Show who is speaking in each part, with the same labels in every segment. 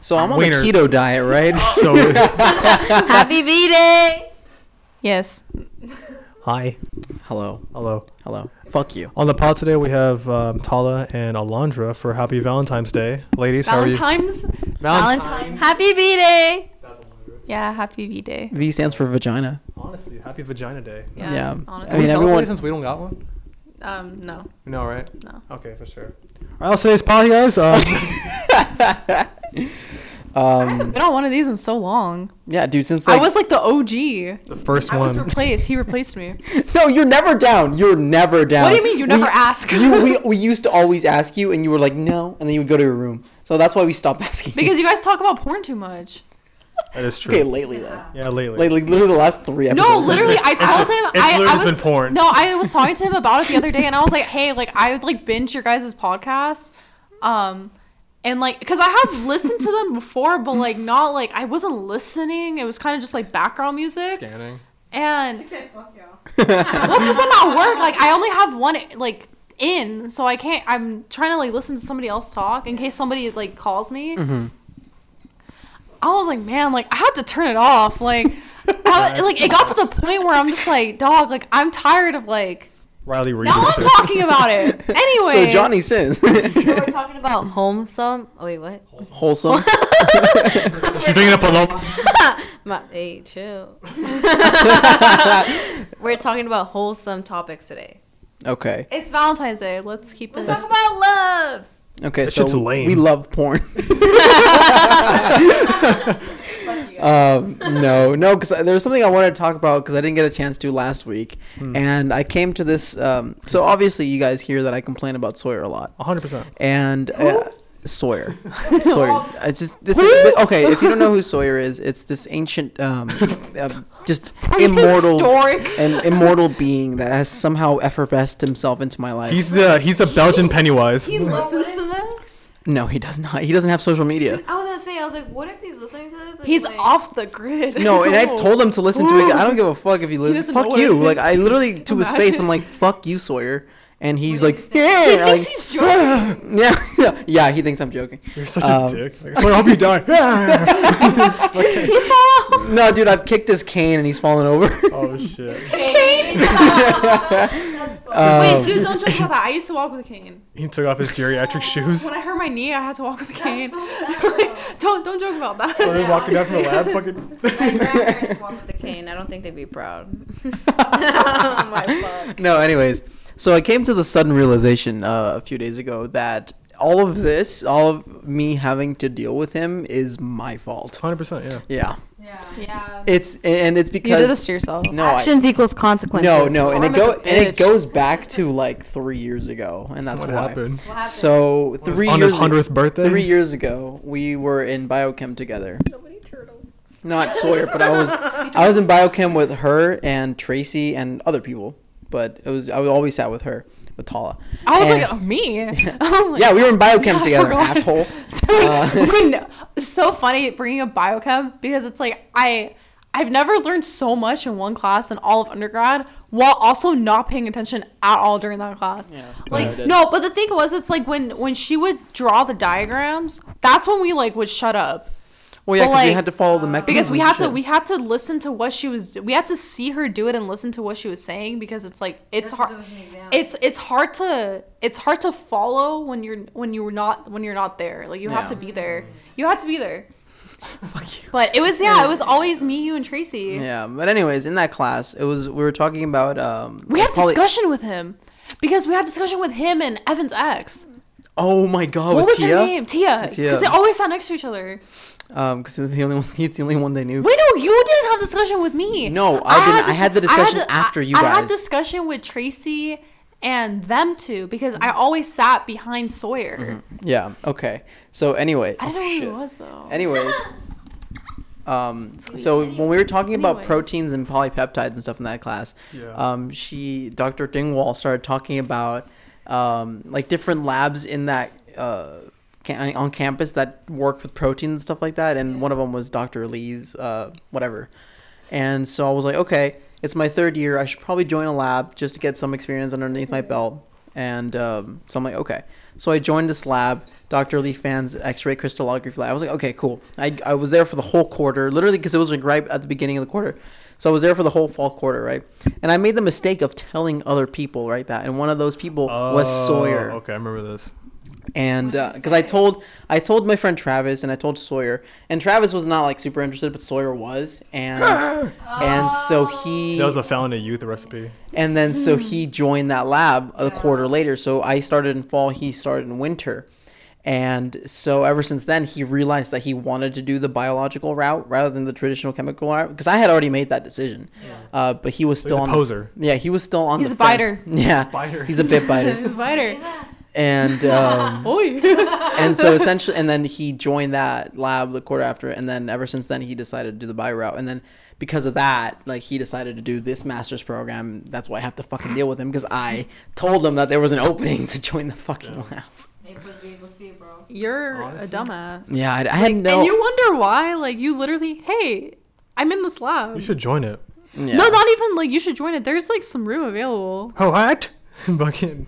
Speaker 1: So I'm on
Speaker 2: Wiener.
Speaker 1: the keto diet, right?
Speaker 2: So
Speaker 3: Happy V Day. Yes.
Speaker 2: hi,
Speaker 1: hello,
Speaker 2: hello.
Speaker 1: hello. Fuck you.
Speaker 2: On the pod today we have um, Tala and Alondra for Happy Valentine's Day, ladies. How are
Speaker 3: Valentine's.
Speaker 2: you?
Speaker 3: Valentine. Happy V Day. Yeah, happy V Day.
Speaker 1: V stands for vagina.
Speaker 2: Honestly, Happy Vagina Day.
Speaker 3: Yeah.
Speaker 1: yeah.
Speaker 3: honestly.
Speaker 1: I
Speaker 2: I
Speaker 1: mean,
Speaker 2: mean,
Speaker 1: everyone.
Speaker 2: since we don't got one.
Speaker 3: Um, no,
Speaker 2: No, right?
Speaker 3: no.
Speaker 2: Okay, for sure. All right, well, today's pod, guys. Um,
Speaker 3: I haven't been on one of these in so long.
Speaker 1: Yeah, dude. Since like,
Speaker 3: I was like the OG.
Speaker 2: the first
Speaker 3: I was
Speaker 2: one.
Speaker 3: replaced. He replaced me.
Speaker 1: no, you're never down. You're never down.
Speaker 3: What do you mean you never ask?
Speaker 1: you, we, we used to always ask you, and you were like, no, and then you would go to your room. So that's why we stopped asking. you.
Speaker 3: because you guys talk about porn too much.
Speaker 2: That is true.
Speaker 1: okay, lately though,
Speaker 2: yeah, lately.
Speaker 1: like, like literally the last three episodes.
Speaker 3: No,
Speaker 1: has
Speaker 3: literally, I told him.
Speaker 2: it's
Speaker 3: I,
Speaker 2: literally
Speaker 3: I
Speaker 2: just
Speaker 3: was
Speaker 2: been porn.
Speaker 3: No, I was talking to him about it the other day, and I was like, "Hey, like I would like binge your guys' podcast, um, and like because I have listened to them before, but like not like I wasn't listening. It was kind of just like background music,
Speaker 2: Scanning.
Speaker 3: and
Speaker 4: said, fuck y'all.
Speaker 3: well, because I'm at work, like I only have one like in, so I can't. I'm trying to like listen to somebody else talk in case somebody like calls me.
Speaker 1: Mm-hmm.
Speaker 3: I was like, man, like I had to turn it off. Like, I was, like it got to the point where I'm just like, dog, like I'm tired of like.
Speaker 2: Riley Reid.
Speaker 3: Now
Speaker 2: and
Speaker 3: I'm
Speaker 2: shit.
Speaker 3: talking about it.
Speaker 1: been-
Speaker 3: Anyway,
Speaker 1: So Johnny sins.
Speaker 4: we're talking about wholesome. Oh, wait, what?
Speaker 1: Wholesome.
Speaker 2: You're bringing up Alondra.
Speaker 4: My, hey, chill. we're talking about wholesome topics today.
Speaker 1: Okay.
Speaker 3: it's Valentine's Day. Let's keep it.
Speaker 4: Let's talk about love.
Speaker 1: Okay.
Speaker 2: That
Speaker 1: so
Speaker 2: shit's lame.
Speaker 1: we love porn. um, no, no, because there was something I wanted to talk about because I didn't get a chance to last week,
Speaker 2: Hmm.
Speaker 1: and I came to this. Um, so obviously, you guys hear that I complain about Sawyer a lot.
Speaker 2: 100%.
Speaker 1: and uh, Sawyer. Sawyer. It's just this. Is, okay, if you don't know who Sawyer is, it's this ancient, um, um just immortal
Speaker 3: Prehistoric.
Speaker 1: an immortal being that has somehow effervesced himself into my life.
Speaker 2: He's the he's the Belgian Pennywise.
Speaker 3: listens to this.
Speaker 1: no, he does not. He doesn't have social media.
Speaker 4: I was gonna say, I was like, what if he's listening to this? and,
Speaker 3: He's
Speaker 4: like,
Speaker 3: off the grid.
Speaker 1: No, and I told him to listen to it. I don't give a fuck if he listens.
Speaker 3: doesn't
Speaker 1: Fuck
Speaker 3: know
Speaker 1: you.
Speaker 3: it.
Speaker 1: Like I literally to his face,
Speaker 3: Imagine.
Speaker 1: I'm like, "Fuck you, Sawyer," and he's
Speaker 4: What
Speaker 1: like,
Speaker 4: does he
Speaker 1: "Yeah."
Speaker 3: He
Speaker 1: like-
Speaker 3: thinks he's joking.
Speaker 1: yeah, yeah, yeah. He thinks I'm joking.
Speaker 2: You're such
Speaker 1: Um,
Speaker 2: a dick. Like, so I hope you die.
Speaker 3: His teeth fall off.
Speaker 1: No, dude, I've kicked his cane and he's fallen over.
Speaker 2: oh, shit.
Speaker 1: Uh. Um,
Speaker 3: Wait, dude, don't joke about that. I used to walk with a cane.
Speaker 2: He took off his geriatric shoes.
Speaker 3: When I hurt my knee, I had to walk with a cane.
Speaker 4: That's so sad,
Speaker 3: Like, don't don't joke about that.
Speaker 2: Started walking down from the lab, fucking.
Speaker 4: My grandparents walk with the cane. I don't think they'd be proud. oh my fuck.
Speaker 1: no, anyways, so I came to the sudden realization uh, a few days ago that all of this, all of me having to deal with him, is my fault.
Speaker 2: 100%, yeah.
Speaker 1: Yeah,
Speaker 4: Yeah.
Speaker 3: yeah.
Speaker 1: it's and it's
Speaker 3: You
Speaker 1: because
Speaker 3: did this to yourself.
Speaker 1: no, I-
Speaker 4: equals consequences.
Speaker 1: no, no, and it
Speaker 3: Norm is a
Speaker 1: go and it
Speaker 3: bitch.
Speaker 1: goes back to like three years ago, and that's
Speaker 2: What
Speaker 1: why.
Speaker 2: happened?
Speaker 4: What happened?
Speaker 1: So three
Speaker 2: on
Speaker 1: years
Speaker 2: his 100th birthday?
Speaker 1: Three years ago, we were in biochem together.
Speaker 4: many turtles.
Speaker 1: Not Sawyer, but I was I was in biochem with her and Tracy and other people, but it was I always sat with her with Tala.
Speaker 3: I was
Speaker 1: And-
Speaker 3: like, oh, me. I was like,
Speaker 1: yeah, we were in biochem
Speaker 3: I
Speaker 1: together,
Speaker 3: forgot.
Speaker 1: asshole. Uh,
Speaker 3: Dude, when- it's so funny bringing up biochem because it's like I I've never learned so much in one class in all of undergrad while also not paying attention at all during that class. Like
Speaker 1: Yeah.
Speaker 3: no, but the thing was it's like when when she would draw the diagrams, that's when we like would shut up.
Speaker 1: Well, yeah,
Speaker 3: But,
Speaker 1: because we
Speaker 3: like,
Speaker 1: had to follow the mechanism.
Speaker 3: because we had to we had to listen to what she was we had to see her do it and listen to what she was saying because it's like it's
Speaker 4: That's
Speaker 3: hard
Speaker 4: what was in the exam.
Speaker 3: it's it's hard to it's hard to follow when you're when you're not when you're not there like you have to
Speaker 1: Yeah.
Speaker 3: be there you have to be there
Speaker 1: Fuck you.
Speaker 3: but it was yeah it was always me you and Tracy
Speaker 1: Yeah, but anyways, in that class, it was we were talking about um.
Speaker 3: we had
Speaker 1: poly-
Speaker 3: discussion with him because we had discussion with him and Evan's ex
Speaker 1: Oh my god,
Speaker 3: what
Speaker 1: with
Speaker 3: was
Speaker 1: Tia.
Speaker 3: her name Tia
Speaker 1: Tia.
Speaker 3: because they always sat next to each other
Speaker 1: Um, because it was the only one. It's the only one they knew.
Speaker 3: Wait, no, you didn't have discussion with me.
Speaker 1: No, I didn't. I had the discussion after you
Speaker 3: I I had
Speaker 1: guys.
Speaker 3: discussion with Tracy and them two because I always sat behind Sawyer.
Speaker 1: Yeah. Okay. So anyway,
Speaker 3: I didn't
Speaker 1: Mm-hmm. oh,
Speaker 3: know who
Speaker 1: shit.
Speaker 3: it was though.
Speaker 1: Anyways. Um, so when we were talking about
Speaker 3: Anyways.
Speaker 1: proteins and polypeptides and stuff in that class,
Speaker 2: Yeah.
Speaker 1: um, she, Dr. Dingwall, started talking about um, like different labs in that uh, ca- on campus that worked with proteins and stuff like that, and one of them was Dr. Lee's uh, whatever. And so I was like, okay, it's my third year. I should probably join a lab just to get some experience underneath my belt. And um, so I'm like, okay. So I joined this lab, Dr. Lee Fan's X-ray crystallography lab. I was like, okay, cool. I, I was there for the whole quarter, literally because it was like right at the beginning of the quarter. So I was there for the whole fall quarter, right? And I made the mistake of telling other people, right, that. And one of those people was Sawyer
Speaker 2: Oh, Okay, I remember this.
Speaker 1: and because I told I told my friend Travis and I told Sawyer and Travis was not like super interested but Sawyer was and and so he
Speaker 2: That was a Fountain of Youth recipe.
Speaker 1: and then so he
Speaker 3: Hmm.
Speaker 1: joined that lab a quarter later so I started in fall he started in winter and so ever since then he realized that he wanted to do the biological route rather than the traditional chemical route because I had already made that decision uh, but he was still
Speaker 2: a
Speaker 1: on the-
Speaker 2: poser.
Speaker 1: yeah he was still on
Speaker 3: He's
Speaker 1: the
Speaker 3: a biter.
Speaker 1: fence. yeah
Speaker 2: Biter.
Speaker 1: he's a bit biter
Speaker 3: Spider.
Speaker 1: and um,
Speaker 3: Oi.
Speaker 1: and so essentially, and then he joined that lab the quarter after, and then ever since then he decided to do the bio route, and then because of that, like he decided to do this master's program. That's why I have to fucking deal with him because I told him that there was an opening to join the fucking lab.
Speaker 4: bro.
Speaker 3: You're
Speaker 2: Honestly.
Speaker 3: a dumbass.
Speaker 1: Yeah, I, I had no.
Speaker 3: And you wonder why? Like you literally, hey, I'm in this lab.
Speaker 2: You should join it.
Speaker 1: yeah.
Speaker 3: No, not even like you should join it. There's like some room available.
Speaker 2: Oh, what? Fucking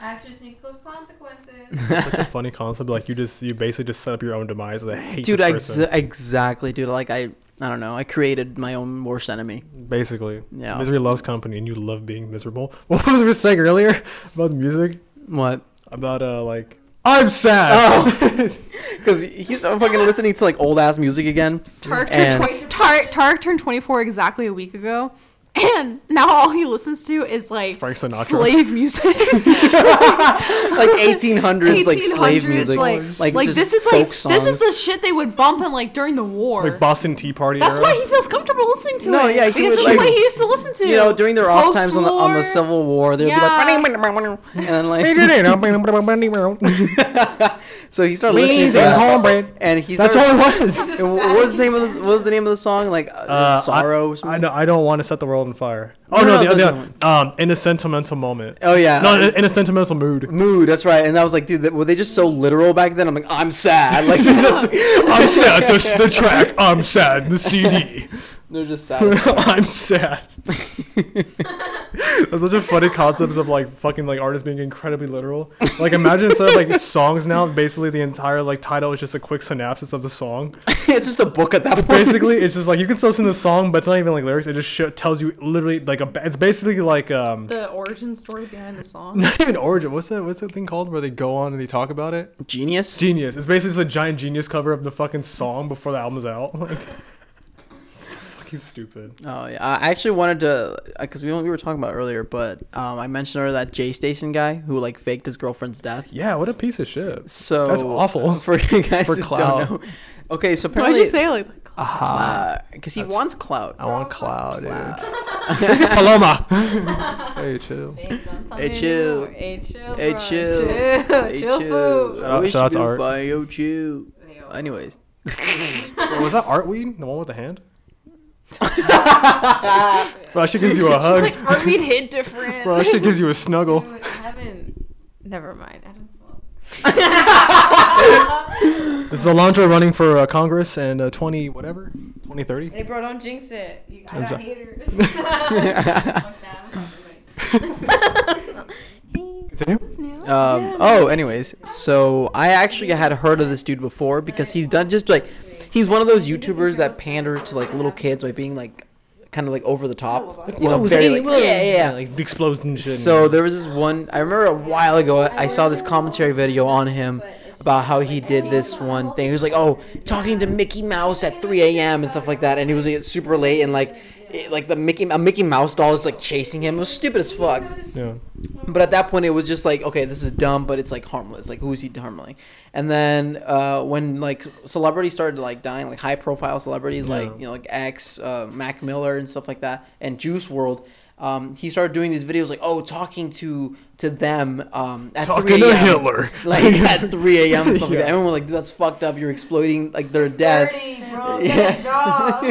Speaker 4: Actions equals consequences.
Speaker 2: such a funny concept. Like you just you basically just set up your own demise. I hate
Speaker 1: dude,
Speaker 2: this
Speaker 1: ex-
Speaker 2: person.
Speaker 1: exactly, dude. Like I, I don't know. I created my own worst enemy.
Speaker 2: Basically,
Speaker 1: Yeah.
Speaker 2: misery loves company, and you love being miserable. What was we saying earlier about music?
Speaker 1: What?
Speaker 2: About uh like I'm sad.
Speaker 1: Oh, because he's I'm fucking listening to like old ass music again.
Speaker 3: Tark
Speaker 1: And-
Speaker 3: turned, twi- Tark, Tark turned 24 exactly a week ago. And now all he listens to is like
Speaker 2: Frank Sinatra.
Speaker 3: slave music.
Speaker 1: like 1800s like slave
Speaker 3: 1800s,
Speaker 1: music
Speaker 3: Like,
Speaker 1: like,
Speaker 3: like
Speaker 1: just
Speaker 3: this is
Speaker 1: folk
Speaker 3: like this is
Speaker 1: songs.
Speaker 3: the shit they would bump in like during the war.
Speaker 2: Like Boston Tea Party.
Speaker 3: That's
Speaker 2: era.
Speaker 3: why he feels comfortable listening to
Speaker 1: No,
Speaker 3: it.
Speaker 1: yeah, he would,
Speaker 3: because that's
Speaker 1: like-
Speaker 3: what he used to listen to.
Speaker 1: you know during their off times on the on the
Speaker 3: Post-war.
Speaker 1: civil war they'd
Speaker 3: Yeah.
Speaker 1: be like and then like so he started listening to
Speaker 2: Beans and
Speaker 1: that,
Speaker 2: cornbread.
Speaker 1: and he's
Speaker 2: That's all it was.
Speaker 1: what was the name of the, what was the name of the song like uh,
Speaker 2: Uh,
Speaker 1: sorrow or
Speaker 2: I, I
Speaker 1: something
Speaker 2: know. I don't want to set the world on fire. Oh
Speaker 1: No,
Speaker 2: no,
Speaker 1: no,
Speaker 2: the,
Speaker 1: that's
Speaker 2: the, um, in a sentimental moment.
Speaker 1: oh yeah
Speaker 2: no, in a, in a sentimental mood.
Speaker 1: mood that's right and I was like dude that, were they just so literal back then I'm like I'm sad like that's-
Speaker 2: I'm sad. The, the track. I'm sad. The CD.
Speaker 1: they're just sad
Speaker 2: I'm sad. That's such a funny concepts of like fucking like artists being incredibly literal. Like imagine instead of like songs now, basically the entire like title is just a quick synopsis of the song.
Speaker 1: it's just a book at that point
Speaker 2: Basically, it's just like you can still listen to the song, but it's not even like lyrics. It just sho tells you literally like a. ba- It's basically like um.
Speaker 3: the origin story behind the song.
Speaker 2: Not even origin. What's that? What's that thing called where they go on and they talk about it?
Speaker 1: genius
Speaker 2: Genius. It's basically just a giant genius cover of the fucking song before the album's out. Like, so fucking stupid.
Speaker 1: Oh yeah, I actually wanted to because we we were talking about it earlier, but um, I mentioned earlier that J Station guy who like faked his girlfriend's death.
Speaker 2: Yeah, what a piece of shit.
Speaker 1: So
Speaker 2: That's awful.
Speaker 1: for you guys
Speaker 2: For
Speaker 1: who
Speaker 2: clout.
Speaker 1: don't know. Okay, so
Speaker 3: Why'd
Speaker 1: apparently,
Speaker 3: you say it like that?
Speaker 1: because he wants clout.
Speaker 2: I want cloud, dude. Paloma. hey, chill.
Speaker 1: Hey, chill.
Speaker 4: Hey, chill.
Speaker 1: Hey,
Speaker 4: bro.
Speaker 1: chill.
Speaker 4: Chill.
Speaker 1: Hey,
Speaker 4: Chill food.
Speaker 1: I
Speaker 2: out-
Speaker 1: wish
Speaker 2: shout out
Speaker 1: you
Speaker 2: to
Speaker 1: were
Speaker 2: Art.
Speaker 1: fine, yo, chill.
Speaker 4: Yo.
Speaker 1: Anyways,
Speaker 2: was that Artweed? The one with the hand? Bro, she gives you a hug.
Speaker 3: It's like are we hit different?
Speaker 2: Bro, she gives you a snuggle.
Speaker 4: Dude, I haven't. Never mind. I don't smoke.
Speaker 2: This is Alondra running for uh, Congress and uh, 20 whatever? 2030?
Speaker 4: Hey, bro, don't jinx it. You, I
Speaker 2: Time's
Speaker 4: got
Speaker 2: up.
Speaker 4: haters. Fuck that, I'm
Speaker 2: Continue.
Speaker 1: um, oh, anyways, so I actually had heard of this dude before because he's done just like he's one of those YouTubers that pander to like little kids by being like kind of like over the
Speaker 3: Oh,
Speaker 1: top, you know,
Speaker 2: Oh,
Speaker 1: very, like- yeah, yeah, yeah.
Speaker 2: Like the explosion shit.
Speaker 1: So there was this one. I remember a while ago. I saw this commentary video on him about how he did this one thing. He was like, "Oh, talking to Mickey Mouse at 3 a.m. and stuff like that," and he was like, super late and like, it, like the Mickey a Mickey Mouse doll is like chasing him. It was stupid as fuck.
Speaker 2: yeah.
Speaker 1: But at that point, it was just like, okay, this is dumb, but it's like harmless. Like, who is he harming? And then uh, when like celebrities started like dying, like high profile celebrities, like
Speaker 2: Yeah.
Speaker 1: you know, like X, uh, Mac Miller, and stuff like that, and Juice World. Um, he started doing these videos like, oh, talking to to them um, at
Speaker 2: Talking
Speaker 1: 3
Speaker 2: to
Speaker 1: a.m.
Speaker 2: Hitler.
Speaker 1: like at 3 a.m. and stuff like
Speaker 2: Yeah.
Speaker 1: that. Everyone was like, Dude, that's fucked up. You're exploiting like their death.
Speaker 4: Dirty, bro.
Speaker 1: Yeah.
Speaker 4: Get a job.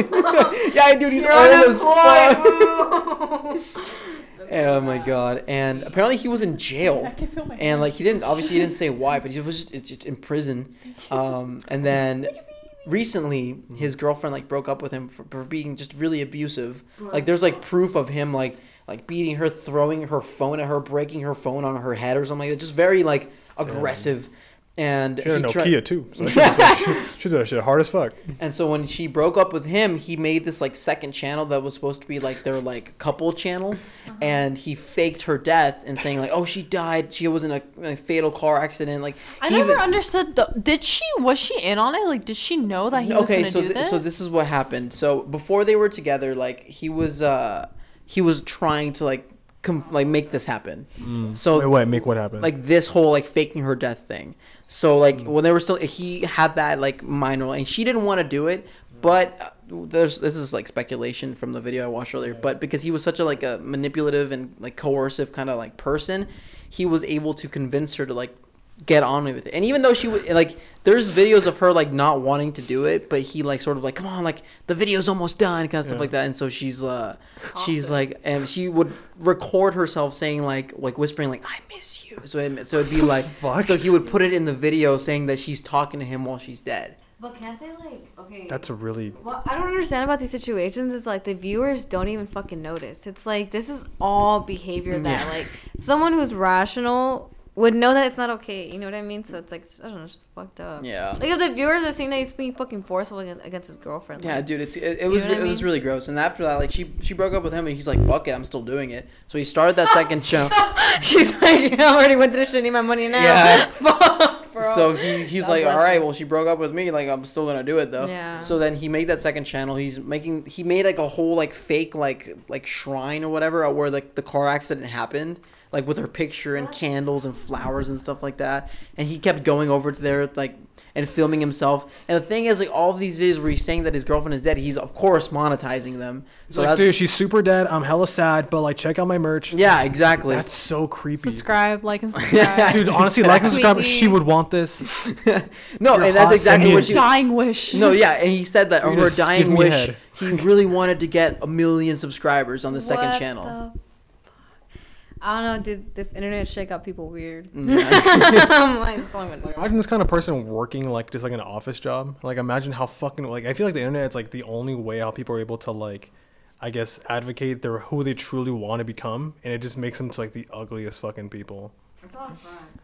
Speaker 1: yeah, dude, he's
Speaker 4: You're
Speaker 1: old as fuck.
Speaker 4: unemployed.
Speaker 1: Oh my god! And apparently he was in jail, and like he didn't obviously he didn't say why, but he was just, it's just in prison. Um, and then recently his girlfriend like broke up with him for, for being just really abusive. Like there's like proof of him like like beating her, throwing her phone at her, breaking her phone on her head or something like that. Just very like aggressive. And
Speaker 2: She had a
Speaker 1: he
Speaker 2: Nokia
Speaker 1: tried-
Speaker 2: too. So she, was like, she, she did that shit hard as fuck.
Speaker 1: and so when she broke up with him, he made this like second channel that was supposed to be like their like couple channel,
Speaker 3: Uh-huh.
Speaker 1: and he faked her death and saying like, "Oh, she died. She was in a, a fatal car accident." Like
Speaker 3: I
Speaker 1: he
Speaker 3: never
Speaker 1: even-
Speaker 3: understood. The, did she? Was she in on it? Like, did she know that he was
Speaker 1: okay,
Speaker 3: going to
Speaker 1: so
Speaker 3: do
Speaker 1: thi-
Speaker 3: this?
Speaker 1: so this is what happened. So before they were together, like he was uh he was trying to like com- like make this happen. So
Speaker 2: Wait, wait, make what happen?
Speaker 1: like this whole like faking her death thing. So like when they were still, he had that like mind role, and she didn't want to do it. But uh, there's this is like speculation from the video I watched earlier. But because he was such a like a manipulative and like coercive kind of like person, he was able to convince her to like get on with it. And even though she would like, there's videos of her like not wanting to do it, but he like sort of like, come on, like the video's almost done, kind of stuff
Speaker 2: Yeah.
Speaker 1: like that. And so she's uh, she's
Speaker 3: Awesome.
Speaker 1: like, and she would record herself saying like, like whispering like, I miss you. So it, so it'd be like,
Speaker 2: Fuck.
Speaker 1: so he would put it in the video saying that she's talking to him while she's dead.
Speaker 4: But can't they like okay?
Speaker 2: That's a really
Speaker 4: What I don't understand about these situations is like the viewers don't even fucking notice. It's like this is all behavior that
Speaker 1: Mm, Yeah.
Speaker 4: like someone who's rational would know that it's not okay. You know what I mean? So it's like I don't know, it's just fucked up.
Speaker 1: Yeah.
Speaker 4: Like if the viewers are seeing that he's being fucking forceful against, against his girlfriend.
Speaker 1: Yeah,
Speaker 4: Like,
Speaker 1: dude, it's it, it
Speaker 4: know
Speaker 1: was
Speaker 4: what
Speaker 1: re-
Speaker 4: I
Speaker 1: it was
Speaker 4: mean?
Speaker 1: really gross. And after that, like she she broke up with him, and he's like, fuck it, I'm still doing it. So he started that second show.
Speaker 4: She's like, I already went through this shit. Need my money now.
Speaker 1: Yeah.
Speaker 4: Fuck, bro.
Speaker 1: So he, he's
Speaker 4: God
Speaker 1: like,
Speaker 4: bless
Speaker 1: all right,
Speaker 4: her.
Speaker 1: well, she broke up with me. Like, I'm still gonna do it though.
Speaker 4: Yeah.
Speaker 1: So then he made that second channel. He's making he made like a whole like fake like like shrine or whatever uh, where like the car accident happened, like with her picture and candles and flowers and stuff like that. And he kept going over to there like and filming himself. And the thing is, like all of these videos where he's saying that his girlfriend is dead, he's of course monetizing them. So
Speaker 2: like,
Speaker 1: that's
Speaker 2: dude, she's super dead. I'm hella sad, but like, check out my merch.
Speaker 1: yeah, exactly.
Speaker 2: that's so creepy.
Speaker 3: subscribe, like, and subscribe.
Speaker 2: Dude, honestly, like and
Speaker 3: Tweet
Speaker 2: subscribe.
Speaker 3: me.
Speaker 2: She would want this.
Speaker 1: no,
Speaker 2: You're
Speaker 1: and
Speaker 2: hot,
Speaker 1: that's exactly
Speaker 2: send
Speaker 1: what
Speaker 2: it.
Speaker 1: she.
Speaker 3: dying wish.
Speaker 1: No, yeah, and he said that
Speaker 2: You
Speaker 1: her
Speaker 2: just give
Speaker 1: dying
Speaker 2: me
Speaker 1: wish.
Speaker 2: head.
Speaker 1: He really wanted to get a million subscribers on the second
Speaker 4: What
Speaker 1: channel.
Speaker 4: the fuck? I don't know, dude. This internet shit got people weird.
Speaker 1: Mm, Yeah.
Speaker 4: I'm like, it's only been-
Speaker 2: Imagine this kind of person working like just like an office job. Like, imagine how fucking like I feel like the internet is like the only way how people are able to like, I guess, advocate their who they truly want to become, and it just makes them to, like the ugliest fucking people.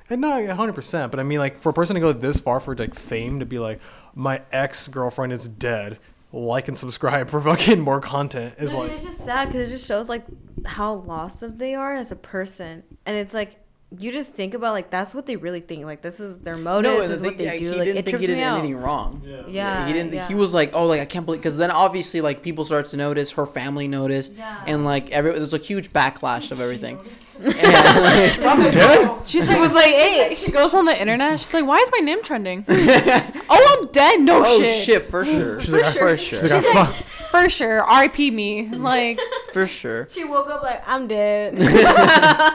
Speaker 2: And not 100, percent but I mean, like for a person to go this far for like fame to be like, my ex girlfriend is dead. Like and subscribe for fucking more content. Is
Speaker 4: No, dude,
Speaker 2: like
Speaker 4: it's just sad because it just shows like how lost of they are as a person, and it's like you just think about like that's what they really think. Like this is their motives,
Speaker 1: and the
Speaker 4: is what
Speaker 1: thing-
Speaker 4: they
Speaker 1: yeah, He
Speaker 4: do. Like
Speaker 1: didn't
Speaker 4: it
Speaker 1: think
Speaker 4: trips
Speaker 1: he did
Speaker 4: me out.
Speaker 1: anything wrong.
Speaker 2: Yeah.
Speaker 4: Yeah,
Speaker 1: he didn't.
Speaker 4: yeah.
Speaker 1: He was like, "Oh, like I can't believe." Because then obviously, like people started to notice. Her family noticed, and like every there's a huge backlash of everything. And,
Speaker 2: dead.
Speaker 3: She's like,
Speaker 4: was like, hey.
Speaker 3: she goes on the internet. She's like, why is my name trending? oh, I'm dead. No
Speaker 1: oh
Speaker 3: shit.
Speaker 1: shit. for sure,
Speaker 2: She's like, I-
Speaker 1: for sure,
Speaker 2: She's like, I fuck-
Speaker 3: For sure. R.I.P. me. Like,
Speaker 1: for sure.
Speaker 4: She woke up like I'm dead.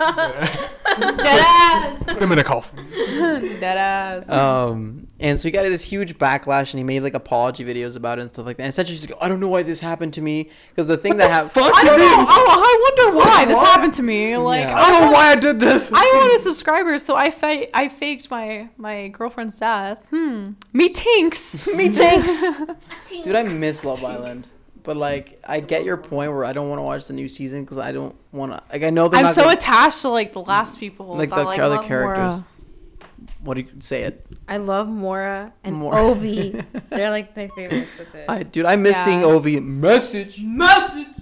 Speaker 4: dead ass.
Speaker 2: put him in a coffin.
Speaker 3: dead ass.
Speaker 1: Um, and so he got this huge backlash, and he made like apology videos about it and stuff like that. And essentially, she's like, "I don't know why this happened to me," because the thing that happened.
Speaker 3: I don't know. Oh, I wonder why this happened to me. Like,
Speaker 1: Yeah.
Speaker 2: I
Speaker 3: I
Speaker 2: don't know why I did this.
Speaker 3: I wanted subscribers, so I fa- I faked my my girlfriend's death. Hmm. Me tinks.
Speaker 1: Me tanks. Dude, I miss Love Island. But like, I get your point where I don't want to watch the new season because I don't want to. Like, I know they're
Speaker 3: I'm
Speaker 1: not
Speaker 3: so
Speaker 1: gonna-
Speaker 3: attached to like the last people,
Speaker 1: Like
Speaker 3: that,
Speaker 1: the other
Speaker 3: love
Speaker 1: characters.
Speaker 3: Mora.
Speaker 1: what do you say it?
Speaker 4: I love Mora and
Speaker 1: Mora.
Speaker 4: Ovi. They're like my favorites. That's it.
Speaker 1: I dude, I miss
Speaker 3: Yeah.
Speaker 1: seeing Ovi message.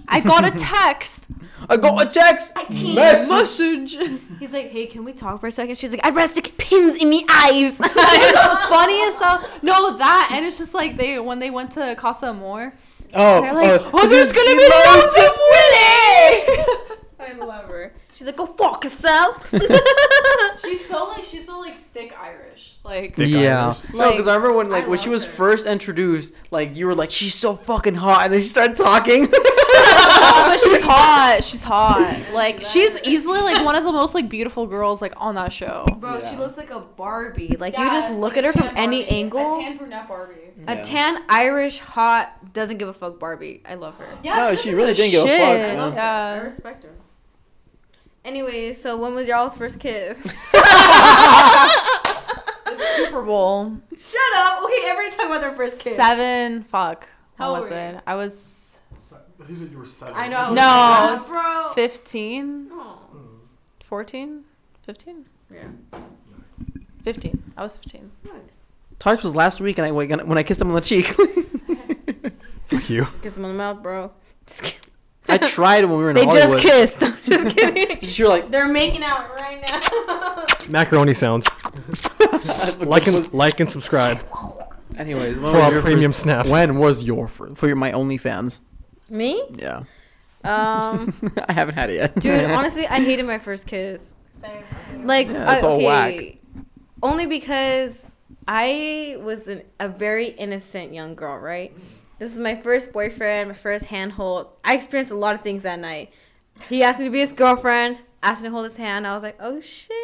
Speaker 3: I got a text
Speaker 1: I got a text.
Speaker 4: team.
Speaker 1: Message.
Speaker 3: message.
Speaker 4: He's like, hey, can we talk for a second? She's like, I rustic pins in me eyes.
Speaker 3: Funniest stuff. No, that and it's just like they when they went to Casa Amor,
Speaker 1: Oh,
Speaker 3: they're like,
Speaker 1: uh,
Speaker 3: oh,
Speaker 1: this
Speaker 3: there's
Speaker 1: is
Speaker 3: gonna be loads
Speaker 1: loads
Speaker 3: of Willie.
Speaker 4: I love her. She's like, go fuck yourself.
Speaker 3: she's so like she's so like thick Irish, like
Speaker 2: Thick
Speaker 1: Yeah,
Speaker 2: Irish.
Speaker 1: no, because I
Speaker 3: Like,
Speaker 1: remember when like
Speaker 4: I
Speaker 1: when she
Speaker 4: love
Speaker 1: was
Speaker 4: her.
Speaker 1: first introduced, like you were like she's so fucking hot, and then she started talking.
Speaker 3: oh, but she's hot. She's hot. Like she's easily like one of the most like beautiful girls like on that show.
Speaker 4: Bro,
Speaker 1: Yeah.
Speaker 4: she looks like a Barbie. Like you just look at her from any angle. A tan,
Speaker 3: brunette Barbie.
Speaker 1: Yeah.
Speaker 4: Irish hot doesn't give a fuck Barbie. I love her.
Speaker 3: Yeah,
Speaker 1: No, she really didn't give a fuck, I love
Speaker 3: Yeah.
Speaker 4: respect her. Anyway, so when was y'all's first kiss?
Speaker 3: Super Bowl
Speaker 4: Shut up. Okay, everybody talk about their first kiss.
Speaker 3: seven. Fuck.
Speaker 4: How
Speaker 3: How was
Speaker 4: old were you?
Speaker 3: it? I was
Speaker 2: You said you were seven.
Speaker 4: I know. I was
Speaker 3: No.
Speaker 4: like, bro.
Speaker 3: 15,
Speaker 4: Oh.
Speaker 3: 14, 15,
Speaker 4: Yeah.
Speaker 3: 15. I was 15.
Speaker 4: Nice.
Speaker 1: Tarks was last week, and I when I kissed him on the cheek.
Speaker 2: Fuck you.
Speaker 4: Kiss him on the mouth, bro. Just kidding.
Speaker 1: I tried when we were in
Speaker 4: They
Speaker 1: Hollywood.
Speaker 4: just kissed. I'm just kidding.
Speaker 1: You're like
Speaker 4: They're making out right now.
Speaker 2: Macaroni sounds.
Speaker 1: that's what
Speaker 2: Like
Speaker 1: Glenn
Speaker 2: and like and subscribe
Speaker 1: was- Anyways, when
Speaker 2: for
Speaker 1: was
Speaker 2: our
Speaker 1: your
Speaker 2: premium
Speaker 1: first-
Speaker 2: snaps.
Speaker 1: when was your fir- for your my OnlyFans?
Speaker 4: Me?
Speaker 1: Yeah,
Speaker 4: Um,
Speaker 1: I haven't had it yet.
Speaker 4: dude, honestly, I hated my first kiss.
Speaker 3: Same.
Speaker 4: Like,
Speaker 1: Yeah, that's
Speaker 4: I,
Speaker 1: all
Speaker 4: okay,
Speaker 1: whack.
Speaker 4: only because I was an, a very innocent young girl, right? This is my first boyfriend, my first handhold. I experienced a lot of things that night. He asked me to be his girlfriend, asked me to hold his hand. I was like, oh shit.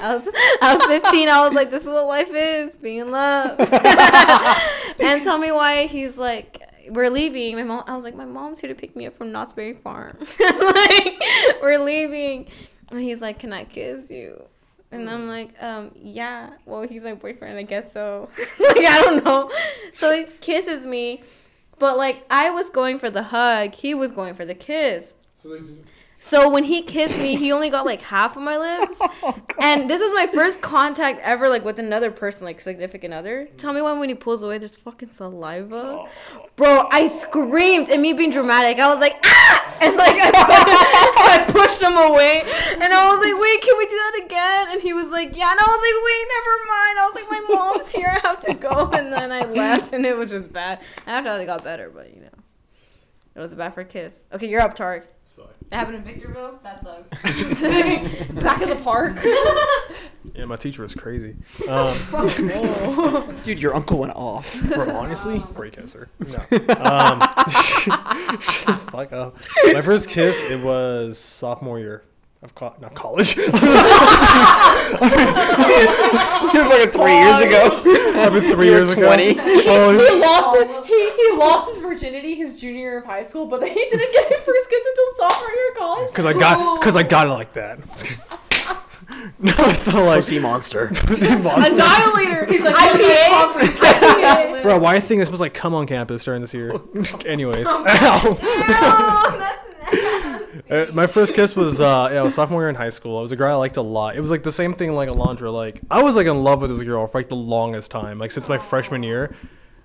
Speaker 4: I was, I was 15. I was like, this is what life is being in love. and tell me why he's like, we're leaving. My mom, I was like, my mom's here to pick me up from Knott's Berry Farm. like, we're leaving. And he's like, can I kiss you? And I'm like, um, yeah. Well, he's my boyfriend, I guess so. like, I don't know. So he kisses me, but like, I was going for the hug. He was going for the kiss. So when he kissed me, he only got like half of my lips. and this is my first contact ever, like with another person, like significant other. Tell me when when he pulls away, there's fucking saliva. Bro, I screamed and me being dramatic, I was like, ah! And like I, I pushed him away. And I was like, wait, can we do that again? And he was like, yeah. And I was like, wait, never mind. I was like, my mom's here, I have to go. And then I left and it was just bad. And after that it got better, but you know. It was bad for a kiss. Okay, you're up, Tark. That happened in Victorville? That sucks.
Speaker 3: It's back in the park.
Speaker 2: Yeah, my teacher was crazy. Um,
Speaker 1: dude, your uncle went off.
Speaker 2: Bro, honestly, great kisser. No. Um, shut the fuck up. My first kiss, it was sophomore year of co- not college.
Speaker 1: like three years ago.
Speaker 2: I've been three
Speaker 1: You were
Speaker 2: years ago.
Speaker 1: 20.
Speaker 2: Oh,
Speaker 3: He lost it. He, he lost his virginity his junior year of high school, but then he didn't get his first kiss until sophomore year of college.
Speaker 2: Cause I got, cause I got it like that. no, it's not like
Speaker 1: Pussy monster.
Speaker 2: pussy monster.
Speaker 3: Annihilator. He's like IPA. IPA.
Speaker 2: Bro, why are things supposed to like come on campus during this year? Anyways, Ow. Uh, my first kiss was uh, yeah, it was sophomore year in high school. I was a girl I liked a lot. It was like the same thing like Alondra. Like I was like in love with this girl for like the longest time, like since my freshman year.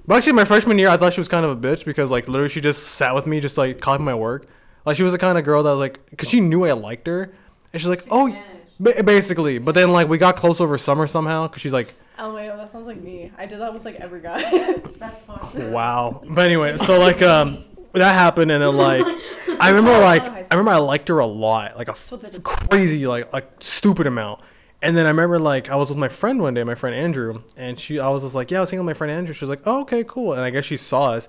Speaker 2: But actually, my freshman year, I thought she was kind of a bitch because like literally she just sat with me, just like copying my work. Like she was the kind of girl that was like, cause she knew I liked her, and she's like, oh, ba- basically. But then like we got close over summer somehow, cause she's like,
Speaker 3: Oh my god, that sounds like me. I did that with like every guy.
Speaker 4: That's fun.
Speaker 2: Wow. But anyway, so like um that happened and then like I remember like I remember I liked her a lot, like a
Speaker 3: what that is.
Speaker 2: crazy like a stupid amount. And then I remember like I was with my friend one day, my friend Andrew, and she I was just like, "Yeah, I was hanging with my friend Andrew." She was like, "Oh, okay, cool." And I guess she saw us.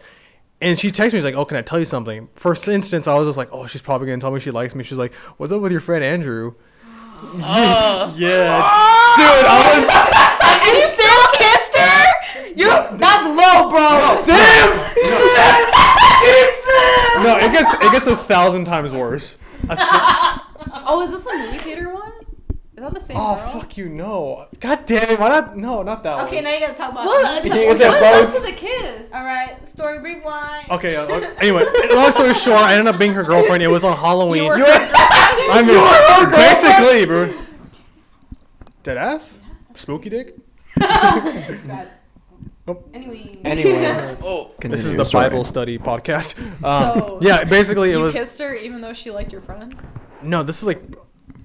Speaker 2: And she texted me, she's like, Oh, can I tell you something? First instance, I was just like, Oh, she's probably gonna tell me she likes me. She's like, What's up with your friend Andrew? yeah. Dude, I was
Speaker 4: And you still kissed her? You that's low, bro.
Speaker 2: No, it gets it gets a thousand times worse.
Speaker 3: oh, is this the movie theater one? Is that the same
Speaker 2: Oh
Speaker 3: girl?
Speaker 2: fuck you no! God damn it! Why not? No, not that
Speaker 4: Okay,
Speaker 2: one.
Speaker 4: now you gotta talk about.
Speaker 3: Well, it's
Speaker 2: You
Speaker 3: a,
Speaker 2: can't
Speaker 3: what
Speaker 2: get that
Speaker 3: led
Speaker 2: both.
Speaker 3: to the kiss?
Speaker 4: All right, story rewind.
Speaker 2: okay. Uh, okay. Anyway, long story short, I ended up being her girlfriend. It was on Halloween.
Speaker 3: You were-
Speaker 2: I mean, basically, bro. Dead ass. Spooky dick.
Speaker 4: Anyway.
Speaker 1: Anyways,
Speaker 2: This is the Bible study podcast. Um,
Speaker 3: So-
Speaker 2: yeah, basically it
Speaker 3: you
Speaker 2: was.
Speaker 3: kissed her even though she liked your friend.
Speaker 2: No, this is like.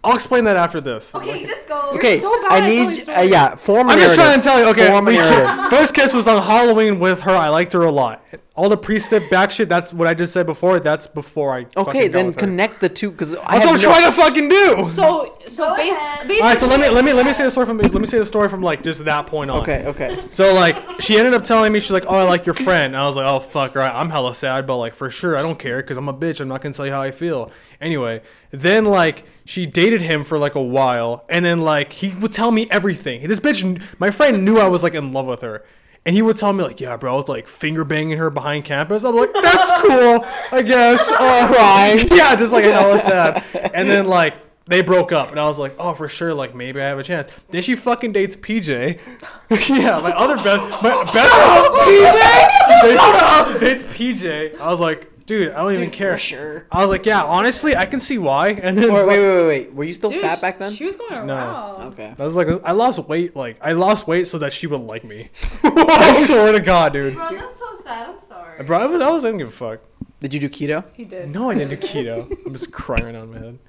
Speaker 2: I'll explain that after this.
Speaker 4: Okay, just go.
Speaker 1: Okay,
Speaker 3: so bad
Speaker 1: I
Speaker 3: at
Speaker 1: need
Speaker 3: telling
Speaker 1: uh,
Speaker 3: stories.
Speaker 1: yeah. Form.
Speaker 2: I'm just trying
Speaker 1: narrative.
Speaker 2: to tell you. Okay,
Speaker 1: Form a
Speaker 2: we
Speaker 1: narrative.
Speaker 2: ki- first kiss was on Halloween with her. I liked her a lot. All the pre-step back shit. That's what I just said before. That's before I. fucking
Speaker 1: Okay,
Speaker 2: got
Speaker 1: then
Speaker 2: with her.
Speaker 1: connect the two because I
Speaker 2: That's
Speaker 1: had
Speaker 2: what I'm
Speaker 1: no-
Speaker 2: trying to fucking do.
Speaker 3: So so
Speaker 4: Go
Speaker 3: ba-
Speaker 4: ahead.
Speaker 3: basically
Speaker 2: All right, so let me let me let me say the story from let me say the story from like just that point on.
Speaker 1: Okay, okay.
Speaker 2: So like she ended up telling me she's like, oh, I like your friend. And I was like, oh fuck, right. I'm hella sad, but like for sure, I don't care because I'm a bitch. I'm not gonna tell you how I feel. Anyway, then like she dated him for like a while, and then like he would tell me everything. This bitch, kn- my friend knew I was like in love with her. And he would tell me like, yeah, bro, I was like finger banging her behind campus. I'm like, that's cool, I guess. Uh,
Speaker 1: Crying.
Speaker 2: yeah, just like hella sad. And then like they broke up, and I was like, oh, for sure, like maybe I have a chance. Then she fucking dates PJ. yeah, my other best, my best PJ. Dates, dates PJ. I was like, dude, I don't even
Speaker 5: Dude,
Speaker 2: care.
Speaker 5: for sure.
Speaker 2: I was like, yeah, honestly, I can see why. And then
Speaker 1: Or, wait, wait, wait, wait. Were you still fat back then?
Speaker 5: She was going around.
Speaker 2: No.
Speaker 1: Okay.
Speaker 2: I was like, I lost weight, like I lost weight so that she would like me. I swear to God, dude.
Speaker 4: Bro, that's so sad. I'm sorry.
Speaker 2: Bro, I was, I was I didn't give a fuck.
Speaker 1: Did you do keto?
Speaker 5: He did.
Speaker 2: No, I didn't do keto. I'm just crying right now in my head.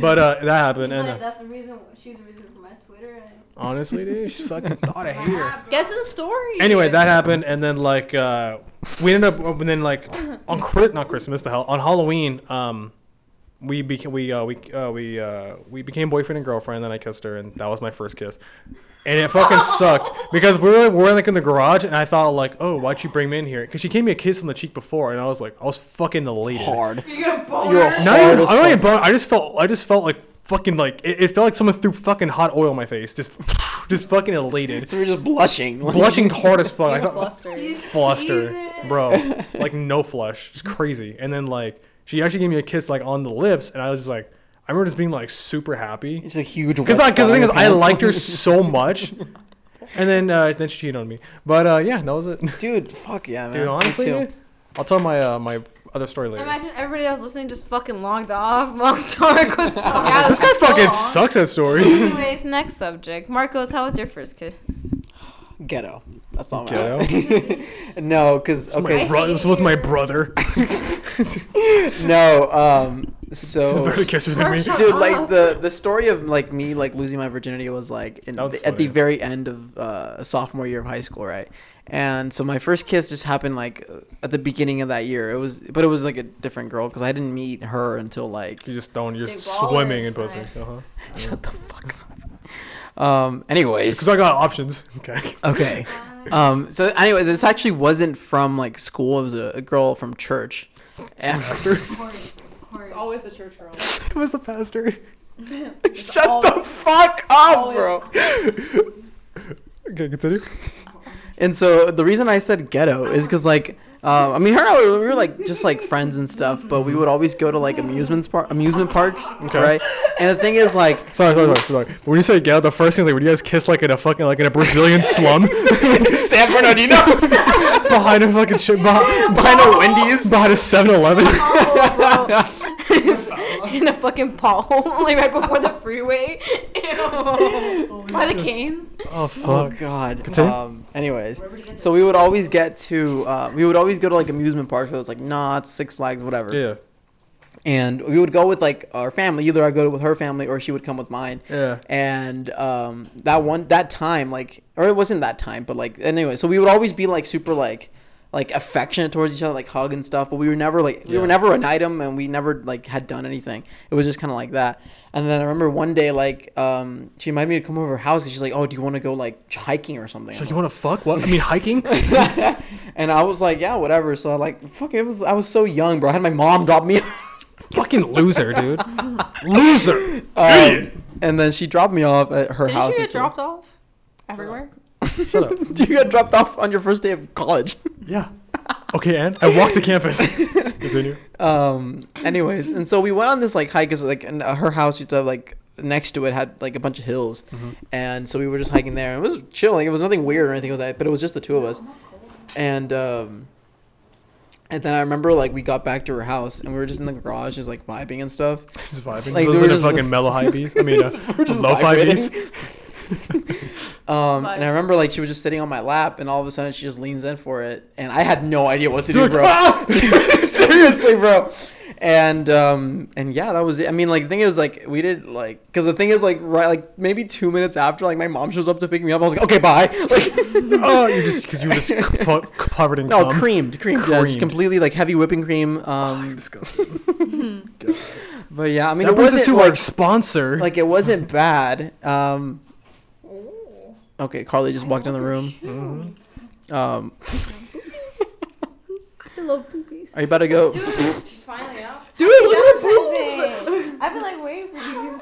Speaker 2: But uh, that happened, and uh,
Speaker 5: that's the reason. She's the reason for my Twitter. And
Speaker 2: honestly, dude, she fucking thought I hate her.
Speaker 3: Get to the story.
Speaker 2: Anyway, that happened, and then like uh, we ended up, and then like on Chris, not Christmas, the hell, on Halloween, um, we became we uh, we uh, we uh, we became boyfriend and girlfriend. Then I kissed her, and that was my first kiss, and it fucking sucked because we were, we were like in the garage, and I thought like, oh, why'd you bring me in here? Because she gave me a kiss on the cheek before, and I was like, I was fucking elated.
Speaker 1: Hard.
Speaker 5: You got a
Speaker 1: You're
Speaker 5: boner.
Speaker 1: a
Speaker 2: Not
Speaker 1: hard
Speaker 2: even,
Speaker 1: as
Speaker 2: I don't
Speaker 1: fuck.
Speaker 2: even bro- I just felt. I just felt like fucking like it, it felt like someone threw fucking hot oil in my face. Just, just fucking elated,
Speaker 1: So we're just blushing. like-
Speaker 2: blushing hard as fuck. I
Speaker 3: He's
Speaker 2: thought,
Speaker 3: flustered.
Speaker 2: fluster, bro. Like no flush, just crazy. And then like she actually gave me a kiss like on the lips, and I was just like, I remember just being like super happy
Speaker 1: It's a huge.
Speaker 2: because
Speaker 1: wet
Speaker 2: like because
Speaker 1: spot on
Speaker 2: the thing is
Speaker 1: your
Speaker 2: I
Speaker 1: pants.
Speaker 2: liked her so much, and then uh, then she cheated on me. But uh, yeah, that was it,
Speaker 1: Dude, fuck yeah, man.
Speaker 2: dude.
Speaker 1: Me
Speaker 2: Honestly,
Speaker 1: too.
Speaker 2: dude, I'll tell my uh, my other story later.
Speaker 4: Imagine everybody else listening just fucking logged off while Tarek was talking.
Speaker 3: Yeah,
Speaker 2: this guy
Speaker 3: so
Speaker 2: fucking
Speaker 3: long.
Speaker 2: sucks at stories.
Speaker 4: Anyways, next subject. Marcos, how was your first kiss?
Speaker 1: ghetto. That's all.
Speaker 2: Ghetto?
Speaker 1: Ghetto. no, because
Speaker 2: my
Speaker 1: okay,
Speaker 2: bro- it was with my brother.
Speaker 1: no. Um,
Speaker 2: He's
Speaker 1: so
Speaker 2: better kisser than me.
Speaker 5: Marshall.
Speaker 1: dude like the the story of like me like losing my virginity was like in,
Speaker 2: That was
Speaker 1: at the
Speaker 2: funny.
Speaker 1: very end of uh, sophomore year of high school right and so my first kiss just happened like uh, at the beginning of that year it was but it was like a different girl because i didn't meet her until like
Speaker 2: You just don't. You're
Speaker 5: They ball
Speaker 2: swimming
Speaker 5: it.
Speaker 2: and pussy.
Speaker 5: Nice.
Speaker 2: Uh-huh.
Speaker 1: shut the fuck up um anyways
Speaker 2: Because I got options. Okay.
Speaker 1: okay um so anyway this actually wasn't from like school it was a, a girl from church And-
Speaker 5: It's always the church girl.
Speaker 1: it was a pastor shut the fuck up
Speaker 5: always-
Speaker 1: bro
Speaker 2: Okay, continue.
Speaker 1: And so the reason I said ghetto is because like. Um, I mean, her and I we were like just like friends and stuff, but we would always go to like amusements par- amusement parks,
Speaker 2: Okay.
Speaker 1: right? And the thing is, like,
Speaker 2: Sorry, sorry, sorry, sorry. When you say ghetto, the first thing is like, when you guys kiss like in a fucking like in a Brazilian slum
Speaker 1: San Bernardino
Speaker 2: behind a fucking shit behind,
Speaker 1: behind a Wendy's,
Speaker 2: behind a 7-Eleven.
Speaker 4: In a fucking pothole, like right before the freeway.
Speaker 3: By the canes.
Speaker 2: Oh
Speaker 1: Oh
Speaker 2: fuck.
Speaker 1: God.
Speaker 2: Continue.
Speaker 1: Um, anyways, so we would always get to uh, we would always go to like amusement parks. So it was like nah, it's Six Flags, whatever.
Speaker 2: Yeah.
Speaker 1: And we would go with like our family. Either I go with her family or she would come with mine.
Speaker 2: Yeah.
Speaker 1: and um, that one that time like or it wasn't that time but like anyway so we would always be like super like like affectionate towards each other like hug and stuff but we were never like we
Speaker 2: Yeah.
Speaker 1: were never an item and we never like had done anything it was just kind of like that and then i remember one day like um, she invited me to come over to her house because she's like oh do you want to go like hiking or something
Speaker 2: She's like, you want to fuck? What? I mean, hiking?
Speaker 1: and i was like yeah whatever so i like fuck it was i was so young bro i had my mom drop me off
Speaker 2: fucking loser, dude. Loser.
Speaker 1: um, and then she dropped me off at her
Speaker 3: Didn't
Speaker 1: house and
Speaker 3: you get
Speaker 1: she-
Speaker 3: dropped off everywhere?
Speaker 2: Shut up.
Speaker 1: you got dropped off on your first day of college
Speaker 2: Yeah. Okay, and I walked to campus. Continue.
Speaker 1: um anyways and so we went on this like hike because like in, uh, her house used to have like next to it had like a bunch of hills and so we were just hiking there and it was chilling it was nothing weird or anything like that but it was just the two of us and um and then i remember like we got back to her house and we were just in the garage just like vibing and stuff
Speaker 2: Just vibing.
Speaker 1: Like,
Speaker 2: Like,
Speaker 1: we
Speaker 2: this
Speaker 1: were
Speaker 2: isn't a
Speaker 1: just-
Speaker 2: fucking mellow high beats. I mean, uh,
Speaker 1: we're just
Speaker 2: low high
Speaker 1: vibrating.
Speaker 2: beats.
Speaker 1: um and i
Speaker 3: Vibes.
Speaker 1: remember like she was just sitting on my lap and all of a sudden she just leans in for it and i had no idea what to do
Speaker 2: Dude,
Speaker 1: bro
Speaker 2: ah!
Speaker 1: seriously bro and um and yeah that was it i mean like the thing is like we did like because the thing is like right like maybe two minutes after like my mom shows up to pick me up i was like okay bye like
Speaker 2: oh, you just because you were just c- fu- covered in
Speaker 1: no
Speaker 2: cum.
Speaker 1: creamed creamed, Yeah, just
Speaker 2: Creamed.
Speaker 1: completely like heavy whipping cream um but yeah i mean
Speaker 2: that
Speaker 1: it
Speaker 2: brings us
Speaker 1: wasn't
Speaker 2: to
Speaker 1: like,
Speaker 2: our sponsor.
Speaker 1: like it wasn't bad um okay carly just walked in the room
Speaker 2: Mm-hmm.
Speaker 1: um
Speaker 4: I love boobies.
Speaker 1: are you about to go
Speaker 5: She's finally out.
Speaker 1: dude look at her boobs
Speaker 4: I've been like waiting for you.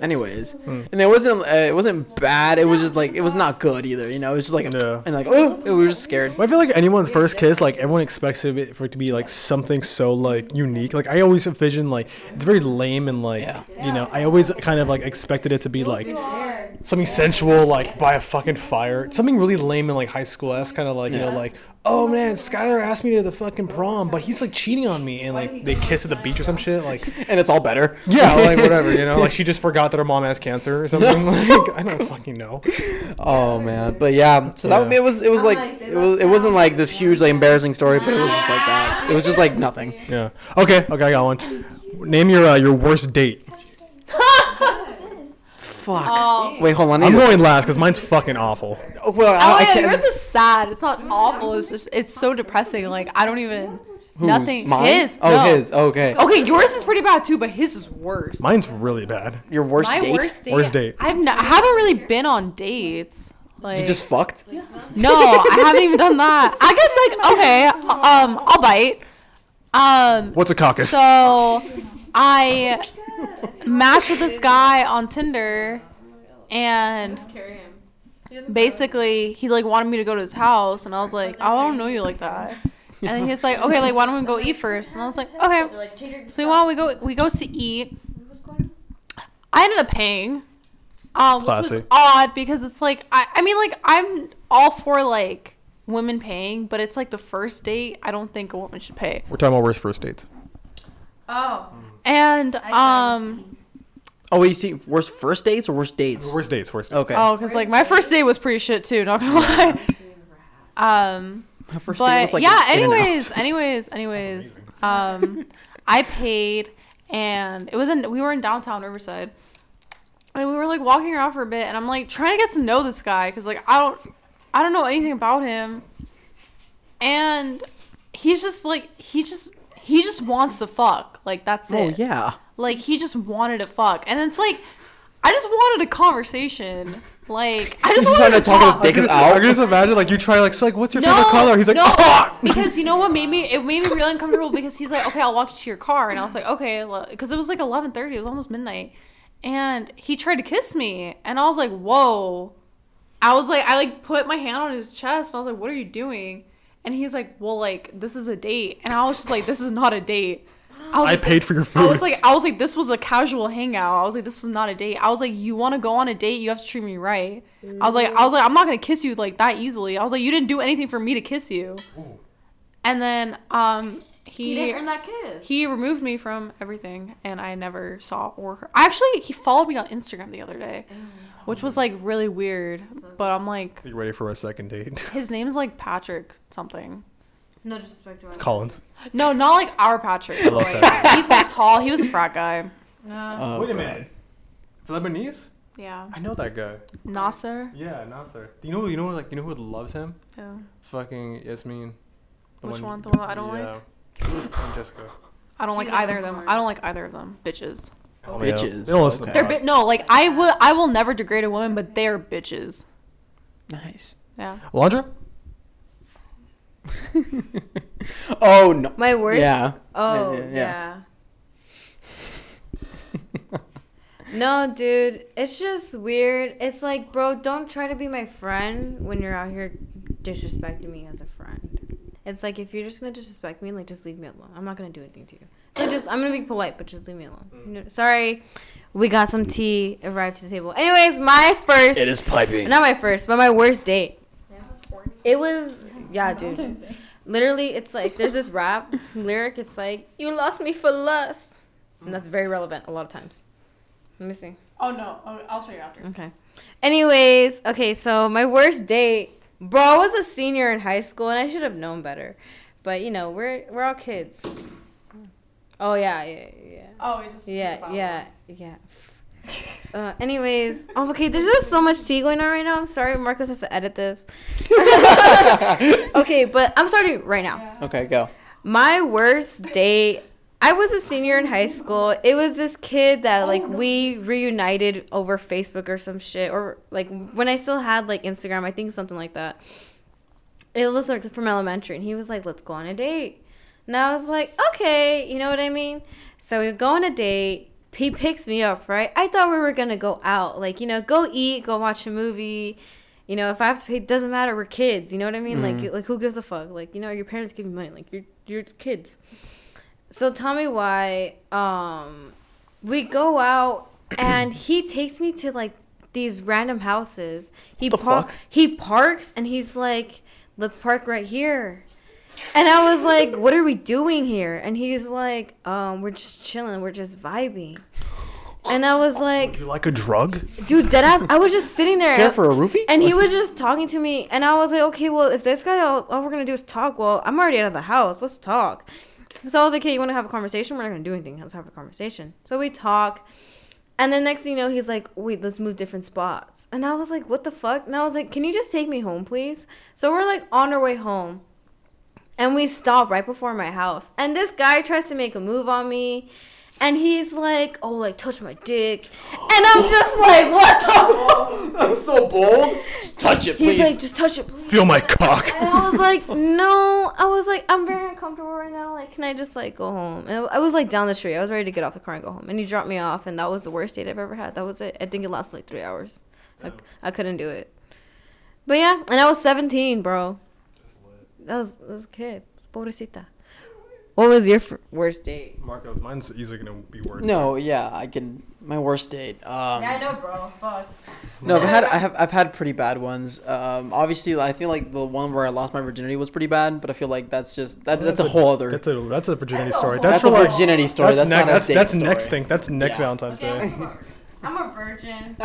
Speaker 1: anyways and it wasn't uh, it wasn't bad it was just like it was not good either you know it was just like a,
Speaker 2: Yeah.
Speaker 1: and like oh we were just scared
Speaker 2: Well, I feel like anyone's first kiss, like everyone expects it for it to be like something so like unique. Like I always envision like it's very lame and like
Speaker 1: Yeah.
Speaker 2: you know I always kind of like expected it to be like
Speaker 4: Oh,
Speaker 5: Hard.
Speaker 2: something sensual, like by a fucking fire, something really lame and like high school esque kind of like you
Speaker 1: Yeah.
Speaker 2: know like oh man, Skylar asked me to the fucking prom, but he's like cheating on me, and like they kiss at the beach or some shit. Like
Speaker 1: and it's all better.
Speaker 2: yeah, like whatever, you know. Like she just forgot that her mom has cancer or something. Like I don't fucking know.
Speaker 1: Oh man, but yeah. So that
Speaker 2: Yeah.
Speaker 1: it was it was
Speaker 4: I'm
Speaker 1: like
Speaker 4: like, they
Speaker 1: it was
Speaker 4: left
Speaker 1: it wasn't
Speaker 4: out.
Speaker 1: like this huge like embarrassing story, but it was just like that. It was just like nothing.
Speaker 2: Yeah. Okay. Okay, I got one. Name your uh, your worst date.
Speaker 1: Fuck.
Speaker 3: Oh.
Speaker 1: Wait, hold on. I
Speaker 2: I'm
Speaker 1: need to-
Speaker 2: going last because mine's fucking awful.
Speaker 1: oh, well,
Speaker 3: Oh,
Speaker 1: I, I
Speaker 3: yeah,
Speaker 1: can't.
Speaker 3: yours is sad. It's not awful. It's just it's so depressing. Like I don't even
Speaker 1: Whose?
Speaker 3: nothing.
Speaker 1: Mine?
Speaker 3: His.
Speaker 1: Oh,
Speaker 3: no.
Speaker 1: his. Okay.
Speaker 3: Okay, yours is pretty bad too, but his is worse.
Speaker 2: Mine's really bad.
Speaker 1: Your worst
Speaker 3: My
Speaker 1: date.
Speaker 3: worst date.
Speaker 2: Worst date.
Speaker 3: I've not, I haven't really been on dates. Like
Speaker 1: You just fucked.
Speaker 3: no, I haven't even done that. I guess like okay, um, I'll bite. Um,
Speaker 2: What's a caucus?
Speaker 3: so I matched with this guy on Tinder, and
Speaker 5: Carry him. He doesn't
Speaker 3: basically he like wanted me to go to his house, and I was like, "Oh, I don't know you like that. And then he was like, okay, like why don't we go eat first? And I was like, okay. So why don't we go? We goes to eat. I ended up paying. Um, which was
Speaker 2: Classy.
Speaker 3: odd because it's like I, I mean like I'm all for like women paying, but it's like the first date. I don't think a woman should pay.
Speaker 2: We're talking about worst first dates.
Speaker 4: Oh.
Speaker 3: And um
Speaker 1: Oh wait, you see, worst first dates or worst dates?
Speaker 2: Worst dates. Worst. Dates.
Speaker 1: Okay.
Speaker 3: oh, because like my first date was pretty shit too. Not gonna lie. Um,
Speaker 1: My first date
Speaker 3: but
Speaker 1: was like
Speaker 3: yeah.
Speaker 1: in and out.
Speaker 3: Anyways, anyways, anyways. Um, I paid, and it was in we were in downtown Riverside. and we were like walking around for a bit and i'm like trying to get to know this guy because like i don't i don't know anything about him and he's just like he just he just wants to fuck like that's
Speaker 1: Oh
Speaker 3: it
Speaker 1: yeah.
Speaker 3: like he just wanted to fuck and it's like i just wanted a conversation like i just
Speaker 1: He's
Speaker 3: wanted
Speaker 1: trying to
Speaker 3: to
Speaker 1: talk his
Speaker 3: talk
Speaker 1: dick is out.
Speaker 2: I can just imagine like you try like so like what's your favorite color? He's like
Speaker 3: no,
Speaker 2: "Ah!"
Speaker 3: because you know what made me it made me really uncomfortable because he's like, okay, I'll walk you to your car, and I was like, okay, because it was like eleven thirty, it was almost midnight, and he tried to kiss me, and I was like, whoa, I was like, I like put my hand on his chest, and I was like, what are you doing? And he's like, well, like this is a date, and I was just like, this is not a date. was
Speaker 2: I
Speaker 3: like,
Speaker 2: paid for your food.
Speaker 3: I was like, I was like, this was a casual hangout. I was like, this is not a date. I was like, you want to go on a date, you have to treat me right. I was like, I was like, I'm not gonna kiss you like that easily. I was like, you didn't do anything for me to kiss you. And then um
Speaker 4: He
Speaker 3: he
Speaker 4: didn't earn that kiss.
Speaker 3: he removed me from everything, and I never saw or heard. Actually, he followed me on Instagram the other day, which was like really weird. But I'm like,
Speaker 2: you ready for a second date?
Speaker 3: his name's like Patrick something.
Speaker 4: No disrespect to him.
Speaker 2: Collins.
Speaker 3: No, not like our Patrick. but,
Speaker 2: love
Speaker 3: like, he's like tall. He was a frat guy.
Speaker 1: Oh, God.
Speaker 2: Lebanese?
Speaker 3: Yeah,
Speaker 2: I know that guy.
Speaker 3: Nasser.
Speaker 2: Yeah, Nasser. You know, you know, like you know who loves him?
Speaker 3: Yeah.
Speaker 2: Fucking Yasmin.
Speaker 3: Which one? The one that I don't like?
Speaker 2: like. And Jessica.
Speaker 3: I don't
Speaker 4: She's
Speaker 3: like
Speaker 4: on
Speaker 3: either of
Speaker 4: the
Speaker 3: them.
Speaker 4: card.
Speaker 3: I don't like either of them. Bitches.
Speaker 2: Oh, man, they
Speaker 1: Bitches.
Speaker 2: don't- They don't listen to
Speaker 1: Okay.
Speaker 3: They're
Speaker 2: pod.
Speaker 3: bit. No, like I will. I will never degrade a woman, but they're bitches.
Speaker 1: Nice.
Speaker 3: Yeah.
Speaker 2: Alondra?
Speaker 1: oh no.
Speaker 4: My worst.
Speaker 1: Yeah.
Speaker 4: Oh
Speaker 1: Yeah,
Speaker 4: yeah.
Speaker 1: yeah, yeah.
Speaker 4: no, dude, it's just weird. It's like, bro, don't try to be my friend when you're out here disrespecting me as a friend. It's like if you're just gonna disrespect me, like just leave me alone. I'm not gonna do anything to you. So just I'm gonna be polite, but just leave me alone. No- sorry, we got some tea arrived to the table. Anyways, my first.
Speaker 1: piping.
Speaker 4: Not my first, but my worst date.
Speaker 5: Nancy's horny.
Speaker 4: It was yeah, dude. Literally, it's like there's this rap lyric. It's like you lost me for lust, and that's very relevant a lot of times. Let me see.
Speaker 3: Oh no. I'll show you after.
Speaker 4: Okay. Anyways, okay, so my worst date, bro, I was a senior in high school and I should have known better, but you know we're we're all kids. Oh yeah, yeah, yeah.
Speaker 3: Oh, it just.
Speaker 4: Yeah, yeah, yeah. Uh, anyways, oh, okay, there's just so much tea going on right now. I'm sorry, Marcos has to edit this. okay, but I'm starting right now.
Speaker 1: Okay, go.
Speaker 4: My worst date. I was a senior in high school. It was this kid that like we reunited over Facebook or some shit, or like when I still had like Instagram, I think something like that. It was like from elementary, and he was like, "Let's go on a date," and I was like, "Okay," you know what I mean? So we go on a date. He picks me up, right? I thought we were gonna go out, like you know, go eat, go watch a movie. You know, if I have to pay, doesn't matter. We're kids. You know what I mean?
Speaker 1: Mm.
Speaker 4: Like, like who gives a fuck? Like, you know, your parents give you money. Like, you're you're kids. So tell me why um, we go out and he takes me to like these random houses. He
Speaker 1: The
Speaker 4: par-
Speaker 1: fuck?
Speaker 4: he parks and he's like, let's park right here. And I was like, what are we doing here? And he's like, um, we're just chilling, we're just vibing. And I was like,
Speaker 2: You like a drug?
Speaker 4: dude, deadass, I was just sitting there.
Speaker 1: Care for a roofie?
Speaker 4: And he was just talking to me, and I was like, okay, well, if this guy, all, all we're gonna do is talk. Well, I'm already out of the house. Let's talk. So I was like, hey, you want to have a conversation? We're not gonna do anything. Let's have a conversation. So we talk, and then next thing you know, he's like, wait, let's move different spots. And I was like, what the fuck? And I was like, can you just take me home, please? So we're like on our way home. And we stop right before my house. And this guy tries to make a move on me. And he's like, oh, like, touch my dick. And I'm just like, what the fuck?
Speaker 1: I'm so bold. Just touch it,
Speaker 4: He's
Speaker 1: please.
Speaker 4: like, just touch it.
Speaker 2: Feel my cock.
Speaker 4: And I was like, no. I was like, I'm very uncomfortable right now. Like, can I just like go home? And I was like down the street. I was ready to get off the car and go home. And he dropped me off, and that was the worst date I've ever had. That was it. I think it lasted like three hours. I, I couldn't do it. But yeah, and I was 17, bro. That was that was a kid. Pobrecita. What was your f- worst date?
Speaker 2: Marcos, mine's easily gonna be worse.
Speaker 1: no, yeah, I can. My worst date. Um,
Speaker 4: know, bro. Fuck.
Speaker 1: No, I've had I have I've had pretty bad ones. Um, obviously, I feel like the one where I lost my virginity was pretty bad, but I feel like that's just that, that's, a whole other
Speaker 2: That's
Speaker 1: that's,
Speaker 2: a that's a virginity
Speaker 4: That's a
Speaker 2: story.
Speaker 4: whole-
Speaker 2: That's,
Speaker 1: a
Speaker 2: for like-
Speaker 1: virginity story. That's,
Speaker 2: That's, next.
Speaker 1: not
Speaker 2: That's,
Speaker 1: a date
Speaker 2: that's
Speaker 1: story.
Speaker 2: next thing. That's next
Speaker 1: Yeah.
Speaker 2: Valentine's Day.
Speaker 4: I'm a virgin.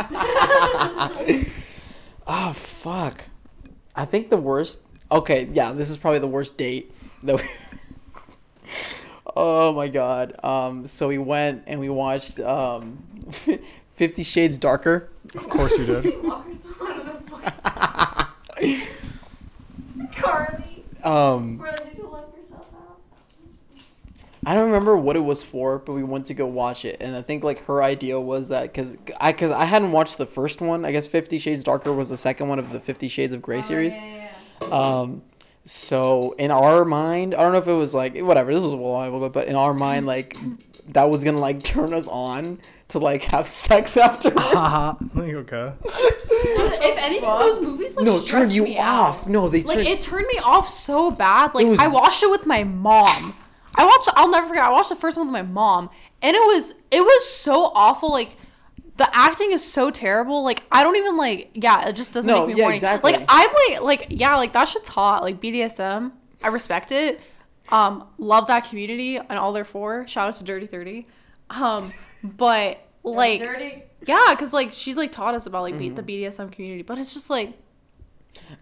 Speaker 1: Oh fuck! I think the worst. Okay, yeah, this is probably the worst date. That we... oh my god! Um, so we went and we watched um, Fifty Shades Darker.
Speaker 2: Of course you did.
Speaker 5: Carly,
Speaker 1: Um,
Speaker 5: really, did you lock yourself out?
Speaker 1: I don't remember what it was for, but we went to go watch it, and I think like her idea was that because I because I hadn't watched the first one. I guess Fifty Shades Darker was the second one of the Fifty Shades of
Speaker 4: Oh,
Speaker 1: Grey series. Um, so in our mind, I don't know if it was like whatever. This was a while ago, but in our mind, like that was gonna like turn us on to like have sex after.
Speaker 2: Haha. Like, okay.
Speaker 3: Dude, if anything, those movies like
Speaker 1: no,
Speaker 3: stress
Speaker 1: turn you
Speaker 3: me out.
Speaker 1: off. No, they
Speaker 3: Like
Speaker 1: turned.
Speaker 3: it turned me off so bad. Like
Speaker 1: was-
Speaker 3: I watched it with my mom. I watched. I'll never forget. I watched the first one with my mom, and it was it was so awful. Like the acting is so terrible. Like I don't even like. Yeah, it just doesn't
Speaker 1: No,
Speaker 3: make me
Speaker 1: yeah,
Speaker 3: horny.
Speaker 1: exactly.
Speaker 3: Like I'm like like yeah like that shit's hot. Like BDSM, I respect it. Um, love that community and all their four. Shout out to Dirty Thirty. Um, but like yeah, because like she like taught us about like
Speaker 1: Mm-hmm.
Speaker 3: be the BDSM community, but it's just like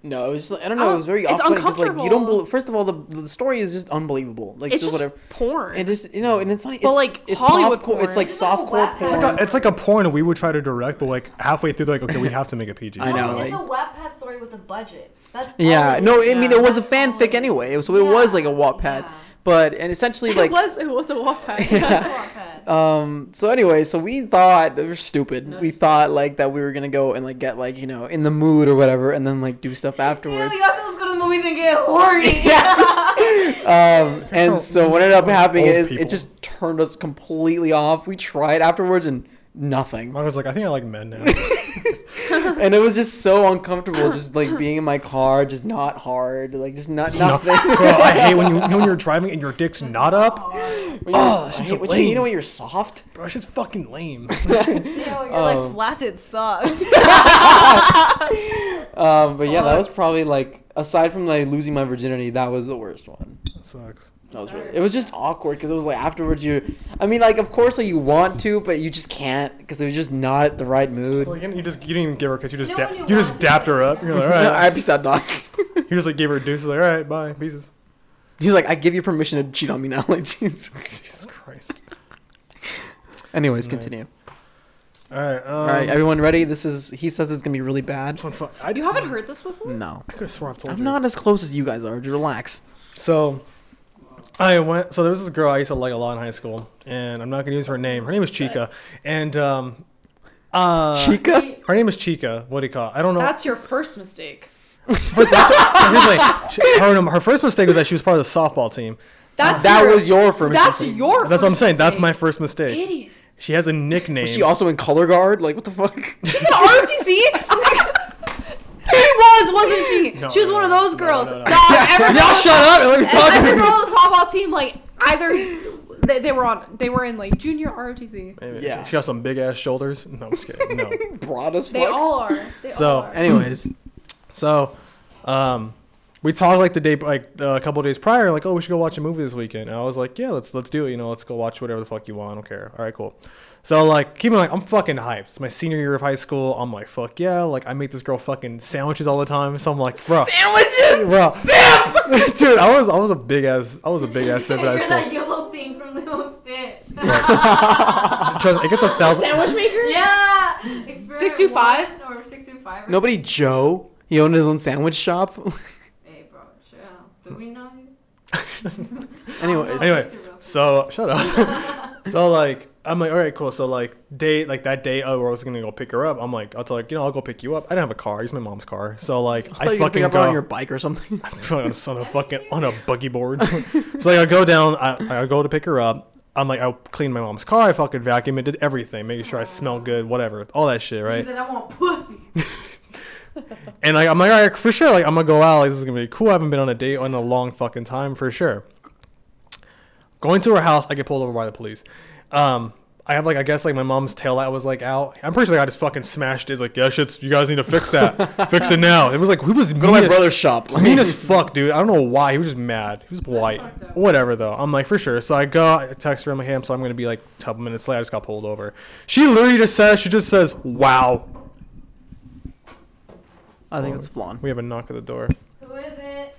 Speaker 1: no, it was. Just, like, I don't know. It was very
Speaker 3: It's
Speaker 1: off because like you don't.
Speaker 3: uncomfortable.
Speaker 1: Believe, first of all, the, the story is just unbelievable. Like
Speaker 3: it's
Speaker 1: just
Speaker 3: just
Speaker 1: whatever.
Speaker 3: porn.
Speaker 1: And just you know, and it's not. It's,
Speaker 3: like,
Speaker 1: it's
Speaker 3: Hollywood
Speaker 1: softcore- It's
Speaker 3: porn.
Speaker 1: like
Speaker 3: It's
Speaker 1: softcore
Speaker 4: wet
Speaker 1: porn.
Speaker 2: It's like a porn we would try to direct, but like halfway through, they're like, okay, we have to make it PG.
Speaker 1: I know.
Speaker 4: it's
Speaker 1: like-
Speaker 4: a Wattpad story with a budget. That's
Speaker 1: yeah.
Speaker 4: all
Speaker 1: No,
Speaker 4: is.
Speaker 1: I mean it was a
Speaker 4: That's all
Speaker 1: fanfic
Speaker 4: is.
Speaker 1: anyway, it was- so it
Speaker 4: Yeah.
Speaker 1: was like a Wattpad.
Speaker 4: Yeah.
Speaker 1: But and essentially like
Speaker 3: it was it was a Wattpad.
Speaker 1: Yeah.
Speaker 4: Wattpad.
Speaker 1: Um. So anyway, so we thought we were stupid. We thought like that we were gonna go and like get like you know in the mood or whatever, and then like do stuff afterwards.
Speaker 4: Ew, y'all still go to the movies and get horny.
Speaker 1: Um. And so what ended up happening
Speaker 2: Old
Speaker 1: is
Speaker 2: people.
Speaker 1: it just turned us completely off. We tried afterwards and nothing,
Speaker 2: Marcos like, I think I like men now.
Speaker 1: and it was just so uncomfortable. Just like being in my car, just not hard, like just not nothing.
Speaker 2: Bro, I hate when you, you know when you're driving and your dick's not up.
Speaker 1: When you're-
Speaker 2: Oh,
Speaker 1: I
Speaker 2: she's
Speaker 1: hate
Speaker 2: so
Speaker 1: when you, you know
Speaker 2: lame.
Speaker 1: when you're soft.
Speaker 2: Bro, it's just fucking lame.
Speaker 4: Ew, you're
Speaker 1: Oh.
Speaker 4: like flaccid socks.
Speaker 1: Um. But yeah,
Speaker 2: Uh-huh.
Speaker 1: that was probably like aside from like losing my virginity, that was the worst one.
Speaker 2: That sucks.
Speaker 1: That was really, it was just awkward because it was like afterwards you, I mean like of course like you want to but you just can't because it was just not the right mood.
Speaker 2: Well, you didn't- you just you didn't even give her because you just
Speaker 4: No
Speaker 2: da-
Speaker 4: one
Speaker 2: you,
Speaker 4: you
Speaker 2: just
Speaker 4: want to
Speaker 2: dapped her
Speaker 4: do
Speaker 2: up. You're like, all
Speaker 1: No, I
Speaker 2: right.
Speaker 1: pissed out dog.
Speaker 2: You just like gave her a deuce. Like, all right, bye, pieces.
Speaker 1: He's like I give you permission to cheat on me now. Like jeez.
Speaker 2: Jesus Christ.
Speaker 1: Anyways,
Speaker 2: Nice.
Speaker 1: continue.
Speaker 2: All right. Um,
Speaker 1: All right, everyone ready? This is he says it's gonna be really bad.
Speaker 2: This one, fuck. I,
Speaker 3: you haven't heard this before?
Speaker 1: No,
Speaker 2: I could have sworn I've told
Speaker 1: I'm
Speaker 2: you.
Speaker 1: not as close as you guys are. Just relax.
Speaker 2: So I went. So there was this girl I used to like a lot in high school, and I'm not gonna use her name. Her name is Chica, and um, uh,
Speaker 1: Chica.
Speaker 2: her name is Chica. What do you call? It? I don't know.
Speaker 3: That's your first mistake.
Speaker 2: First- that's her, here's my- she- her, her first mistake was that she was part of the softball team.
Speaker 3: That's
Speaker 1: that
Speaker 3: your,
Speaker 1: was your first.
Speaker 3: That's
Speaker 1: mistake.
Speaker 3: your.
Speaker 2: That's
Speaker 3: first
Speaker 2: what I'm saying. That's my
Speaker 3: mistake.
Speaker 2: first mistake.
Speaker 3: idiot.
Speaker 2: She has a nickname.
Speaker 1: Was she also in color guard? Like what the fuck?
Speaker 3: She's an ROTC. she was, wasn't she?
Speaker 2: No,
Speaker 3: she was
Speaker 2: no,
Speaker 3: one of those
Speaker 2: no,
Speaker 3: girls.
Speaker 2: no, no.
Speaker 3: Dog, every girl,
Speaker 1: Y'all shut up and let me talk.
Speaker 3: every girl on the softball team, like either they, they were on, they were in like junior ROTC.
Speaker 2: Maybe.
Speaker 1: Yeah.
Speaker 2: She, she has some big ass shoulders. No, I'm just kidding. No.
Speaker 1: Broad as
Speaker 3: They
Speaker 1: fuck.
Speaker 3: all are. They
Speaker 2: So-
Speaker 3: all are.
Speaker 1: Anyways,
Speaker 2: So, um, we talked like the day, like uh, a couple days prior, like, oh, we should go watch a movie this weekend. And I was like, yeah, let's let's do it. You know, let's go watch whatever the fuck you want. I don't care. All right, cool. So like, keep in mind, I'm fucking hyped. It's my senior year of high school. I'm like, fuck yeah. Like, I make this girl fucking sandwiches all the time. So I'm like, bro,
Speaker 1: Sandwiches.
Speaker 2: bro, dude, I was I was a big ass I was a big ass simp in high
Speaker 5: You're that
Speaker 2: school.
Speaker 5: yellow thing from Little Stitch.
Speaker 2: Trust me, it gets a thousand.
Speaker 3: Sandwich maker?
Speaker 5: yeah. Experiment
Speaker 3: 625?
Speaker 5: one Or 625. or
Speaker 1: Nobody
Speaker 5: something.
Speaker 1: Joe. He owned his own sandwich shop.
Speaker 5: Hey, bro, chill. Do we know you?
Speaker 1: Anyways.
Speaker 2: Anyway, So shut up. so like I'm like, all right, cool. So like day like that day uh, where I was gonna go pick her up, I'm like, I was like, you know, I'll go pick you up. I didn't have a car. I used my mom's car. So like
Speaker 1: I thought
Speaker 2: I,
Speaker 1: you were
Speaker 2: fucking
Speaker 1: picking up
Speaker 2: go
Speaker 1: on your bike or something.
Speaker 2: on a fucking on a buggy board. so like I go down, I, I go to pick her up. I'm like, I cleaned my mom's car. I fucking vacuumed it, did everything, making sure I smell good, whatever, all that shit,
Speaker 5: He
Speaker 2: right?
Speaker 5: said, I want pussy.
Speaker 2: And like, I'm like, all right, for sure. Like, I'm gonna go out. Like, this is gonna be cool. I haven't been on a date in a long fucking time, for sure. Going to her house, I get pulled over by the police. Um, I have like, I guess like my mom's tail light was like out. I'm pretty sure like, I just fucking smashed it. It's like, yeah, shit's. You guys need to fix that. fix it now. It was like, who was
Speaker 1: Go to my
Speaker 2: mean as-
Speaker 1: brother's shop.
Speaker 2: mean as fuck, dude. I don't know why. He was just mad. He was white.
Speaker 5: fucked up.
Speaker 2: Whatever though. I'm like for sure. So I go. I text her. I'm like, hey, I'm sorry. I'm gonna be like a couple minutes late. I just got pulled over. She literally just says, she just says, wow.
Speaker 1: I think it's Flan.
Speaker 2: We have a knock at the door.
Speaker 5: Who is it?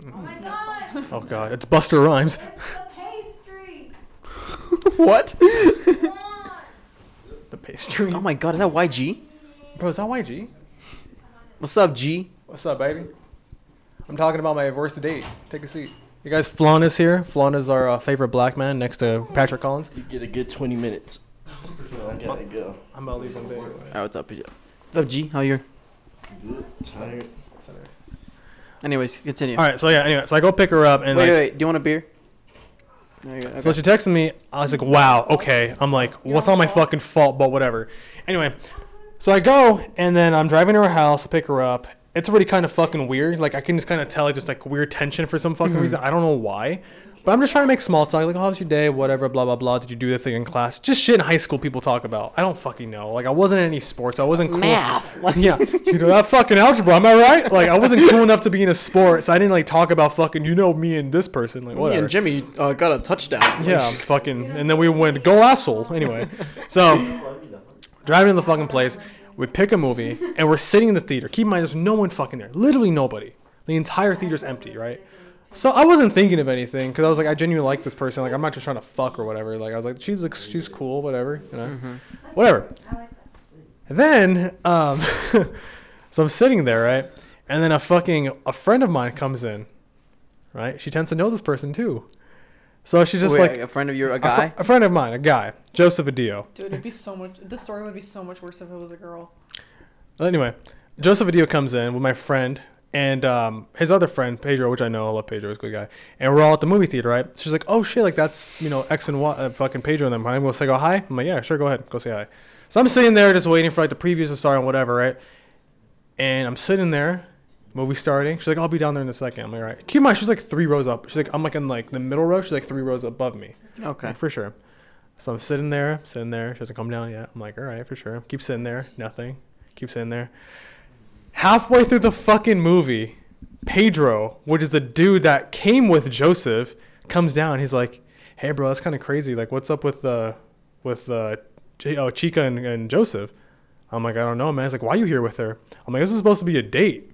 Speaker 5: Oh my gosh. It's
Speaker 2: Oh god, it's Buster Rhymes.
Speaker 5: the pastry.
Speaker 1: what?
Speaker 5: Come on.
Speaker 2: The pastry.
Speaker 1: Oh my god, is that YG?
Speaker 2: Bro, is that YG?
Speaker 1: What's up, G?
Speaker 2: What's up, baby? I'm talking about my worst date. Take a seat. You guys, Flan is here. Flan is our uh, favorite black man next to Patrick Collins.
Speaker 6: You get a good 20 minutes. So I gotta go.
Speaker 2: I'm about to leave one day.
Speaker 1: Alright, what's up? What's up, G? How you?
Speaker 6: Good, tired.
Speaker 1: Anyways, continue.
Speaker 2: All right, so yeah, anyway, so I go pick her up and
Speaker 1: wait,
Speaker 2: like,
Speaker 1: wait, wait. Do you want a beer? No, you're good.
Speaker 2: So
Speaker 1: Okay.
Speaker 2: she texted me. I was like, wow, okay. I'm like, what's all my fucking fault, but whatever. Anyway, so I go and then I'm driving to her house to pick her up. It's already kind of fucking weird. Like I can just kind of tell like, just like weird tension for some
Speaker 1: Mm-hmm.
Speaker 2: fucking reason. I don't know why. But I'm just trying to make small talk. Like, how was your day? Whatever, blah, blah, blah. Did you do the thing in class? Just shit in high school people talk about. I don't fucking know. Like, I wasn't in any sports. I wasn't cool.
Speaker 1: Math. Like,
Speaker 2: Yeah, you know that fucking algebra, am I right? Like I wasn't cool enough to be in a sport, so I didn't like talk about fucking you know me and this person, like
Speaker 1: me
Speaker 2: whatever.
Speaker 1: and Jimmy uh, got a touchdown.
Speaker 2: Yeah, fucking. And then we went go asshole. Anyway, so driving to the fucking place, we pick a movie, and we're sitting in the theater. Keep in mind, there's no one fucking there. Literally nobody. The entire theater's empty, right? So I wasn't thinking of anything because I was like, I genuinely like this person. Like I'm not just trying to fuck or whatever. Like I was like, she's like, she's cool, whatever, you know, whatever. Then um, so I'm sitting there, right? And then a fucking a friend of mine comes in, right? She tends to know this person too. So she's just
Speaker 1: Wait,
Speaker 2: like,
Speaker 1: a friend of your a
Speaker 2: a fr-
Speaker 1: guy.
Speaker 2: A friend of mine, a guy, Joseph Adio.
Speaker 3: Dude, it'd be so much. This story would be so much worse if it was a girl.
Speaker 2: Anyway, Joseph Adio comes in with my friend and um, his other friend, Pedro, which I know, I love Pedro, he's a good guy. And we're all at the movie theater, right? She's like, oh shit, like that's, you know, X and Y, uh, fucking Pedro and them. I'm going to say, go hi. I'm like, yeah, sure, go ahead, go say hi. So I'm sitting there just waiting for like the previews to start and whatever, right? And I'm sitting there, movie starting. She's like, I'll be down there in a second. I'm like, all right. Keep in mind, she's like three rows up. She's like, I'm like in like the middle row. She's like three rows above me.
Speaker 1: Okay.
Speaker 2: Like, for sure. So I'm sitting there, sitting there. She doesn't come down yet. I'm like, all right, for sure. Keep sitting there. Nothing. Keep sitting there. Halfway through the fucking movie, Pedro, which is the dude that came with Joseph, comes down. He's like, hey, bro, that's kind of crazy. Like, what's up with uh, with uh, J- oh, Chica and, and Joseph? I'm like, I don't know, man. He's like, why are you here with her? I'm like, this was supposed to be a date.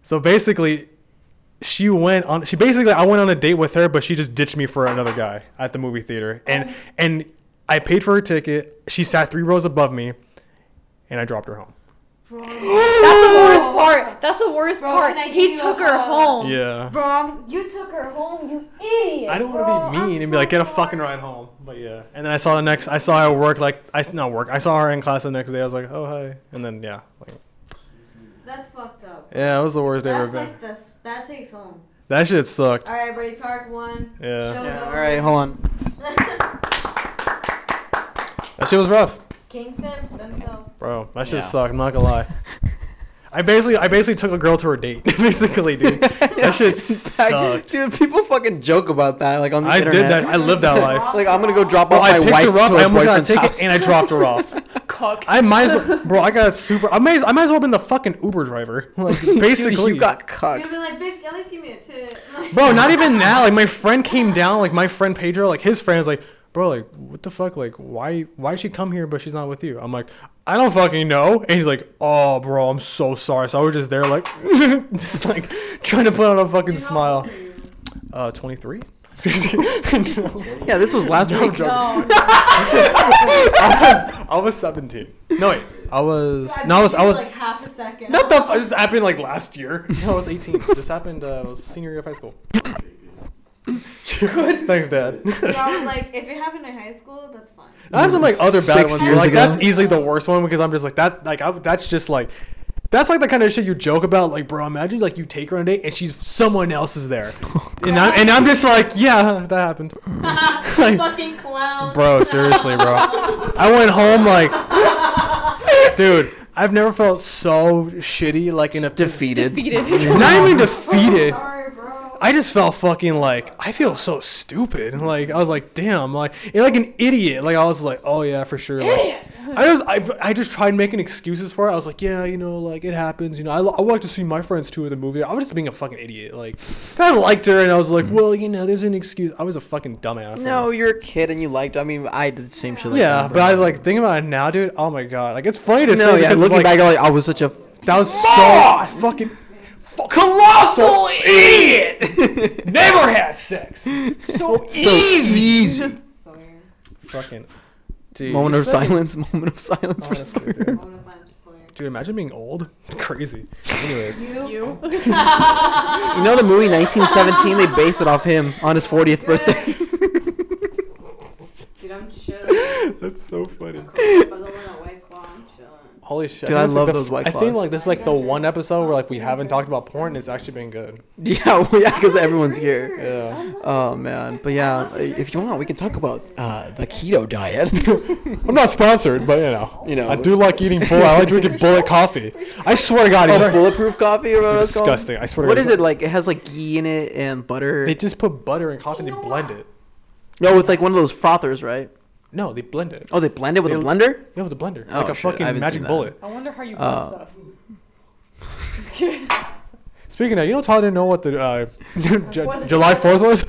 Speaker 2: So basically, she went on she basically I went on a date with her, but she just ditched me for another guy at the movie theater. And and I paid for her ticket. She sat three rows above me and I dropped her home.
Speaker 3: That's the worst part. That's the worst part.
Speaker 5: can I give
Speaker 3: He
Speaker 5: you
Speaker 3: took
Speaker 5: a
Speaker 3: her
Speaker 5: hug?
Speaker 3: home.
Speaker 2: Yeah.
Speaker 5: Bro, I'm, you took her home, you idiot.
Speaker 2: Oh. I don't
Speaker 5: bro.
Speaker 2: want to be mean
Speaker 5: I'm
Speaker 2: and be like,
Speaker 5: so
Speaker 2: get a fucking
Speaker 5: sorry.
Speaker 2: ride home. But yeah. And then I saw the next I saw her at work like I not work. I saw her in class the next day. I was like, oh hi. And then yeah. Like,
Speaker 5: That's fucked up.
Speaker 2: yeah, it was the worst day I've
Speaker 5: That's
Speaker 2: ever been.
Speaker 5: like this. That takes home.
Speaker 2: That shit sucked.
Speaker 5: All right, buddy. Tark one.
Speaker 2: Yeah.
Speaker 5: Show's
Speaker 1: Yeah, all
Speaker 5: over.
Speaker 1: right, hold on.
Speaker 2: That shit was rough.
Speaker 5: King Sims themselves.
Speaker 2: Bro, that shit
Speaker 1: Yeah.
Speaker 2: sucked. I'm not gonna lie. I basically, I basically took a girl to her date. basically, dude, that shit sucked.
Speaker 1: Dude, people fucking joke about that. Like on the
Speaker 2: I did
Speaker 1: internet.
Speaker 2: that. I lived that life.
Speaker 1: Like I'm gonna go drop
Speaker 2: Well,
Speaker 1: off
Speaker 2: I
Speaker 1: my
Speaker 2: picked
Speaker 1: wife
Speaker 2: her up.
Speaker 1: to
Speaker 2: I
Speaker 1: her
Speaker 2: almost got a
Speaker 1: boyfriend's
Speaker 2: ticket,
Speaker 1: house.
Speaker 2: and I dropped her off.
Speaker 1: cucked.
Speaker 2: I might as well, bro. I got super. I might, as, I might as well have been the fucking Uber driver. Like, basically,
Speaker 1: you got
Speaker 5: You're
Speaker 1: cucked.
Speaker 5: gonna be like, bitch, at least give me a tip. Like,
Speaker 2: bro. Not even that. Like my friend came down. Like my friend Pedro. Like his friend was like, bro. Like what the fuck? Like why? Why did she come here? But she's not with you. I'm like, I don't fucking know. And he's like, oh, bro. I'm so sorry. So I was just there, like, just like trying to put on a fucking
Speaker 5: dude, how
Speaker 2: smile.
Speaker 5: old are you?
Speaker 2: Uh, 23.
Speaker 1: Yeah, this was last week.
Speaker 3: No,
Speaker 2: I was I was 17. No wait, I was
Speaker 5: God,
Speaker 2: no I was
Speaker 5: you
Speaker 2: I
Speaker 5: were,
Speaker 2: was
Speaker 5: like half a second.
Speaker 2: not the fu- this happened like last year. No, I was 18. this happened uh, I was senior year of high school. Thanks, Dad.
Speaker 5: But I was like, if it happened in high school, that's fine.
Speaker 2: I have some like other bad
Speaker 1: Six
Speaker 2: ones.
Speaker 1: years
Speaker 2: Like
Speaker 1: ago.
Speaker 2: that's easily the worst one because I'm just like that. Like I, that's just like that's like the kind of shit you joke about. Like, bro, imagine like you take her on a date and she's someone else is there, and I'm and I'm just like, yeah, that happened. Like,
Speaker 5: Fucking clown.
Speaker 2: Bro, seriously, bro. I went home like, dude. I've never felt so shitty like in a
Speaker 1: Defeated.
Speaker 3: defeated.
Speaker 2: not even defeated.
Speaker 5: Sorry, bro.
Speaker 2: I just felt fucking like I feel so stupid. Like I was like, damn, like you're like an idiot. Like I was like, oh yeah, for sure. Like, I just I, I just tried making excuses for it. I was like, yeah, you know, like it happens. You know, I, li- I like to see my friends too at the movie. I was just being a fucking idiot. Like I liked her, and I was like, well, you know, there's an excuse. I was a fucking dumbass.
Speaker 1: No, you're a kid and you liked. I mean, I did the same shit. Like
Speaker 2: yeah,
Speaker 1: that,
Speaker 2: but I like think about it now, dude. Oh my god, like it's funny
Speaker 1: no,
Speaker 2: to say
Speaker 1: yeah.
Speaker 2: because
Speaker 1: Looking
Speaker 2: like,
Speaker 1: back, I'm like I was such a
Speaker 2: that was so fucking fu-
Speaker 1: colossal
Speaker 2: idiot. Never had sex.
Speaker 1: so easy.
Speaker 5: Sawyer.
Speaker 2: Fucking dude.
Speaker 1: Moment of
Speaker 2: just fucking-
Speaker 1: silence. Moment of silence for
Speaker 2: Honestly,
Speaker 1: Sawyer.
Speaker 2: dude.
Speaker 5: Bonus lines for Sawyer.
Speaker 2: Dude, imagine being old. Crazy. Anyways,
Speaker 5: You.
Speaker 3: You.
Speaker 1: You know the movie 1917? They based it off him on his 40th birthday.
Speaker 5: Dude, I'm chilling.
Speaker 2: that's so funny.
Speaker 5: I'm cold, but I don't want a white claw. I'm chilling.
Speaker 2: Holy shit!
Speaker 1: Dude,
Speaker 2: think
Speaker 1: I
Speaker 2: that's,
Speaker 1: love
Speaker 2: like the
Speaker 1: those White
Speaker 2: I think
Speaker 1: Claws.
Speaker 2: like this is like the one episode where like we haven't talked about porn. and It's actually been good.
Speaker 1: yeah, well, yeah, because everyone's here.
Speaker 2: Yeah.
Speaker 1: Oh man, but yeah, if you want, we can talk about uh, the keto diet. Oh,
Speaker 2: I'm not sponsored, but you know,
Speaker 1: You know.
Speaker 2: I do like eating bullet. I like drinking bullet coffee. I swear to God, these
Speaker 1: oh,
Speaker 2: are-
Speaker 1: bulletproof coffee or whatever it's called?
Speaker 2: disgusting. I swear to
Speaker 1: What
Speaker 2: God,
Speaker 1: is
Speaker 2: it's
Speaker 1: it like? It has like ghee in it and butter.
Speaker 2: They just put butter and coffee. and They blend it.
Speaker 1: no, with like one of those frothers, right?
Speaker 2: No, they blend it.
Speaker 1: Oh, they blend it with a
Speaker 2: They-
Speaker 1: blender.
Speaker 2: Yeah, with a blender,
Speaker 1: Oh,
Speaker 2: like a
Speaker 1: shit, I haven't
Speaker 2: fucking
Speaker 1: seen
Speaker 2: magic
Speaker 1: that.
Speaker 2: bullet.
Speaker 3: I wonder how you
Speaker 1: Uh,
Speaker 3: put stuff.
Speaker 2: Speaking of, you know, Tyler didn't know what the uh, Ju-
Speaker 5: What is
Speaker 2: July
Speaker 5: it?
Speaker 2: Fourth was.
Speaker 3: I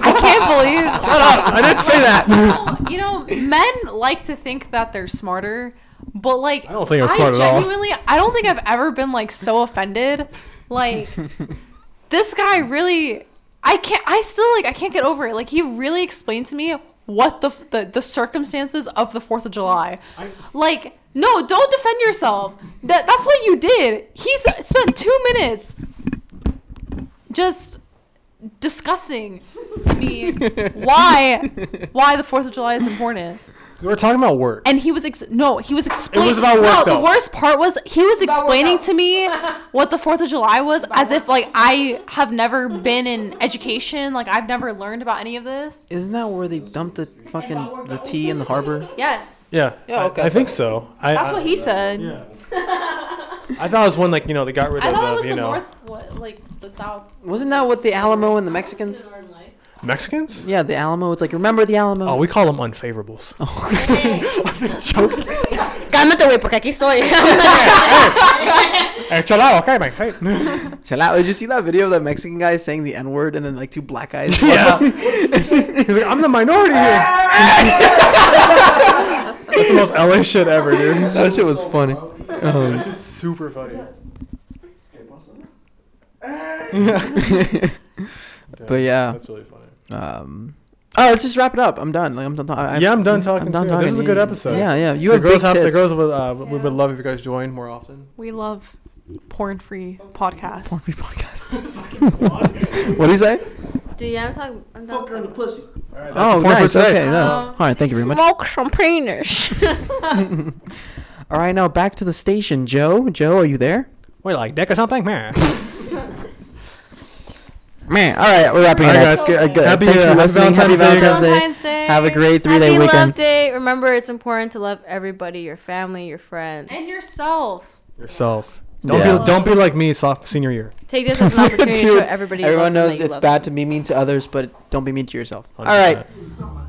Speaker 3: can't believe.
Speaker 2: Shut up! I didn't say that.
Speaker 3: Well, you know, men like to think that they're smarter, but like
Speaker 2: I don't think I'm smart at all.
Speaker 3: genuinely, I don't think I've ever been like so offended. Like this guy really, I can't. I still like I can't get over it. Like he really explained to me what the f- the, the circumstances of the Fourth of July. like no, don't defend yourself. That that's what you did. He s- spent two minutes just discussing to me why why the Fourth of July is important.
Speaker 2: we were talking about work.
Speaker 3: And he was ex- no, he was explaining.
Speaker 2: about work,
Speaker 3: No,
Speaker 2: though.
Speaker 3: the worst part was he was
Speaker 5: about
Speaker 3: explaining
Speaker 5: workout.
Speaker 3: to me what the Fourth of July was, as if like I have never been in education, like I've never learned about any of this.
Speaker 1: Isn't that where they dumped the fucking the tea in the harbor?
Speaker 3: Yes,
Speaker 2: Yeah.
Speaker 1: Yeah,
Speaker 2: I-
Speaker 1: okay.
Speaker 2: I, think so. I,
Speaker 3: that's
Speaker 2: I,
Speaker 3: what he said.
Speaker 2: Yeah. I thought it was one like you know they got rid
Speaker 3: I
Speaker 2: of
Speaker 3: thought it
Speaker 2: the,
Speaker 3: was
Speaker 2: you
Speaker 3: the
Speaker 2: know
Speaker 3: North, what, like the South.
Speaker 1: Wasn't that what the Alamo and the Mexicans?
Speaker 5: Northern Lights.
Speaker 2: Mexicans.
Speaker 1: Yeah, the Alamo. It's like remember the Alamo.
Speaker 2: Oh, we call them unfavorables.
Speaker 4: Cálmate, güey, porque aquí estoy.
Speaker 2: Hey, chill out, okay, man. Hey.
Speaker 1: Chill out. Did you see that video of that Mexican guy saying the N word and then like two black guys?
Speaker 2: Yeah. He's like, I'm the minority here. That's the most LA shit ever, dude.
Speaker 1: that shit was funny. Um,
Speaker 2: It's super funny.
Speaker 1: but yeah,
Speaker 2: That's really funny.
Speaker 1: um, oh, let's just wrap it up. I'm done. Like I'm done. I,
Speaker 2: Yeah, I'm done talking too. This is a good episode.
Speaker 1: Yeah, yeah. You
Speaker 2: the
Speaker 1: have girls
Speaker 2: girls have the
Speaker 1: tits.
Speaker 2: girls would uh, we would love if you guys join more often.
Speaker 3: We love porn-free podcasts.
Speaker 1: Porn Free podcast. what do you say?
Speaker 4: Dude, yeah, I'm talking. I'm
Speaker 6: Fuck her in the
Speaker 4: talking.
Speaker 6: pussy.
Speaker 1: Oh,
Speaker 2: porn for
Speaker 1: nice.
Speaker 2: today.
Speaker 1: Okay. No.
Speaker 3: Um,
Speaker 1: All right. Thank you very much.
Speaker 4: Smoke champagnes.
Speaker 1: All right. Now back to the station. Joe. Joe, are you there?
Speaker 2: Wait, like dick or something, man.
Speaker 1: Man. All right. We're wrapping
Speaker 2: All
Speaker 1: it
Speaker 2: right,
Speaker 1: up.
Speaker 2: guys.
Speaker 1: Good, good.
Speaker 2: Happy,
Speaker 1: Thanks
Speaker 2: uh,
Speaker 1: for
Speaker 2: happy
Speaker 1: listening. Happy
Speaker 2: Valentine's Day,
Speaker 1: Valentine's Day.
Speaker 4: Valentine's Day.
Speaker 1: Have a great three-day
Speaker 4: Happy
Speaker 1: weekend.
Speaker 4: Love day. Remember, it's important to love everybody, your family, your friends.
Speaker 3: And yourself.
Speaker 2: Yourself. Don't
Speaker 1: Yeah.
Speaker 2: be don't be like me, soph senior year.
Speaker 4: Take this as an opportunity to
Speaker 1: Dude,
Speaker 4: show everybody. you
Speaker 1: Everyone
Speaker 4: love
Speaker 1: knows
Speaker 4: them, that you
Speaker 1: it's
Speaker 4: love
Speaker 1: bad
Speaker 4: them.
Speaker 1: to be mean to others, but don't be mean to yourself. All right.
Speaker 2: 100%.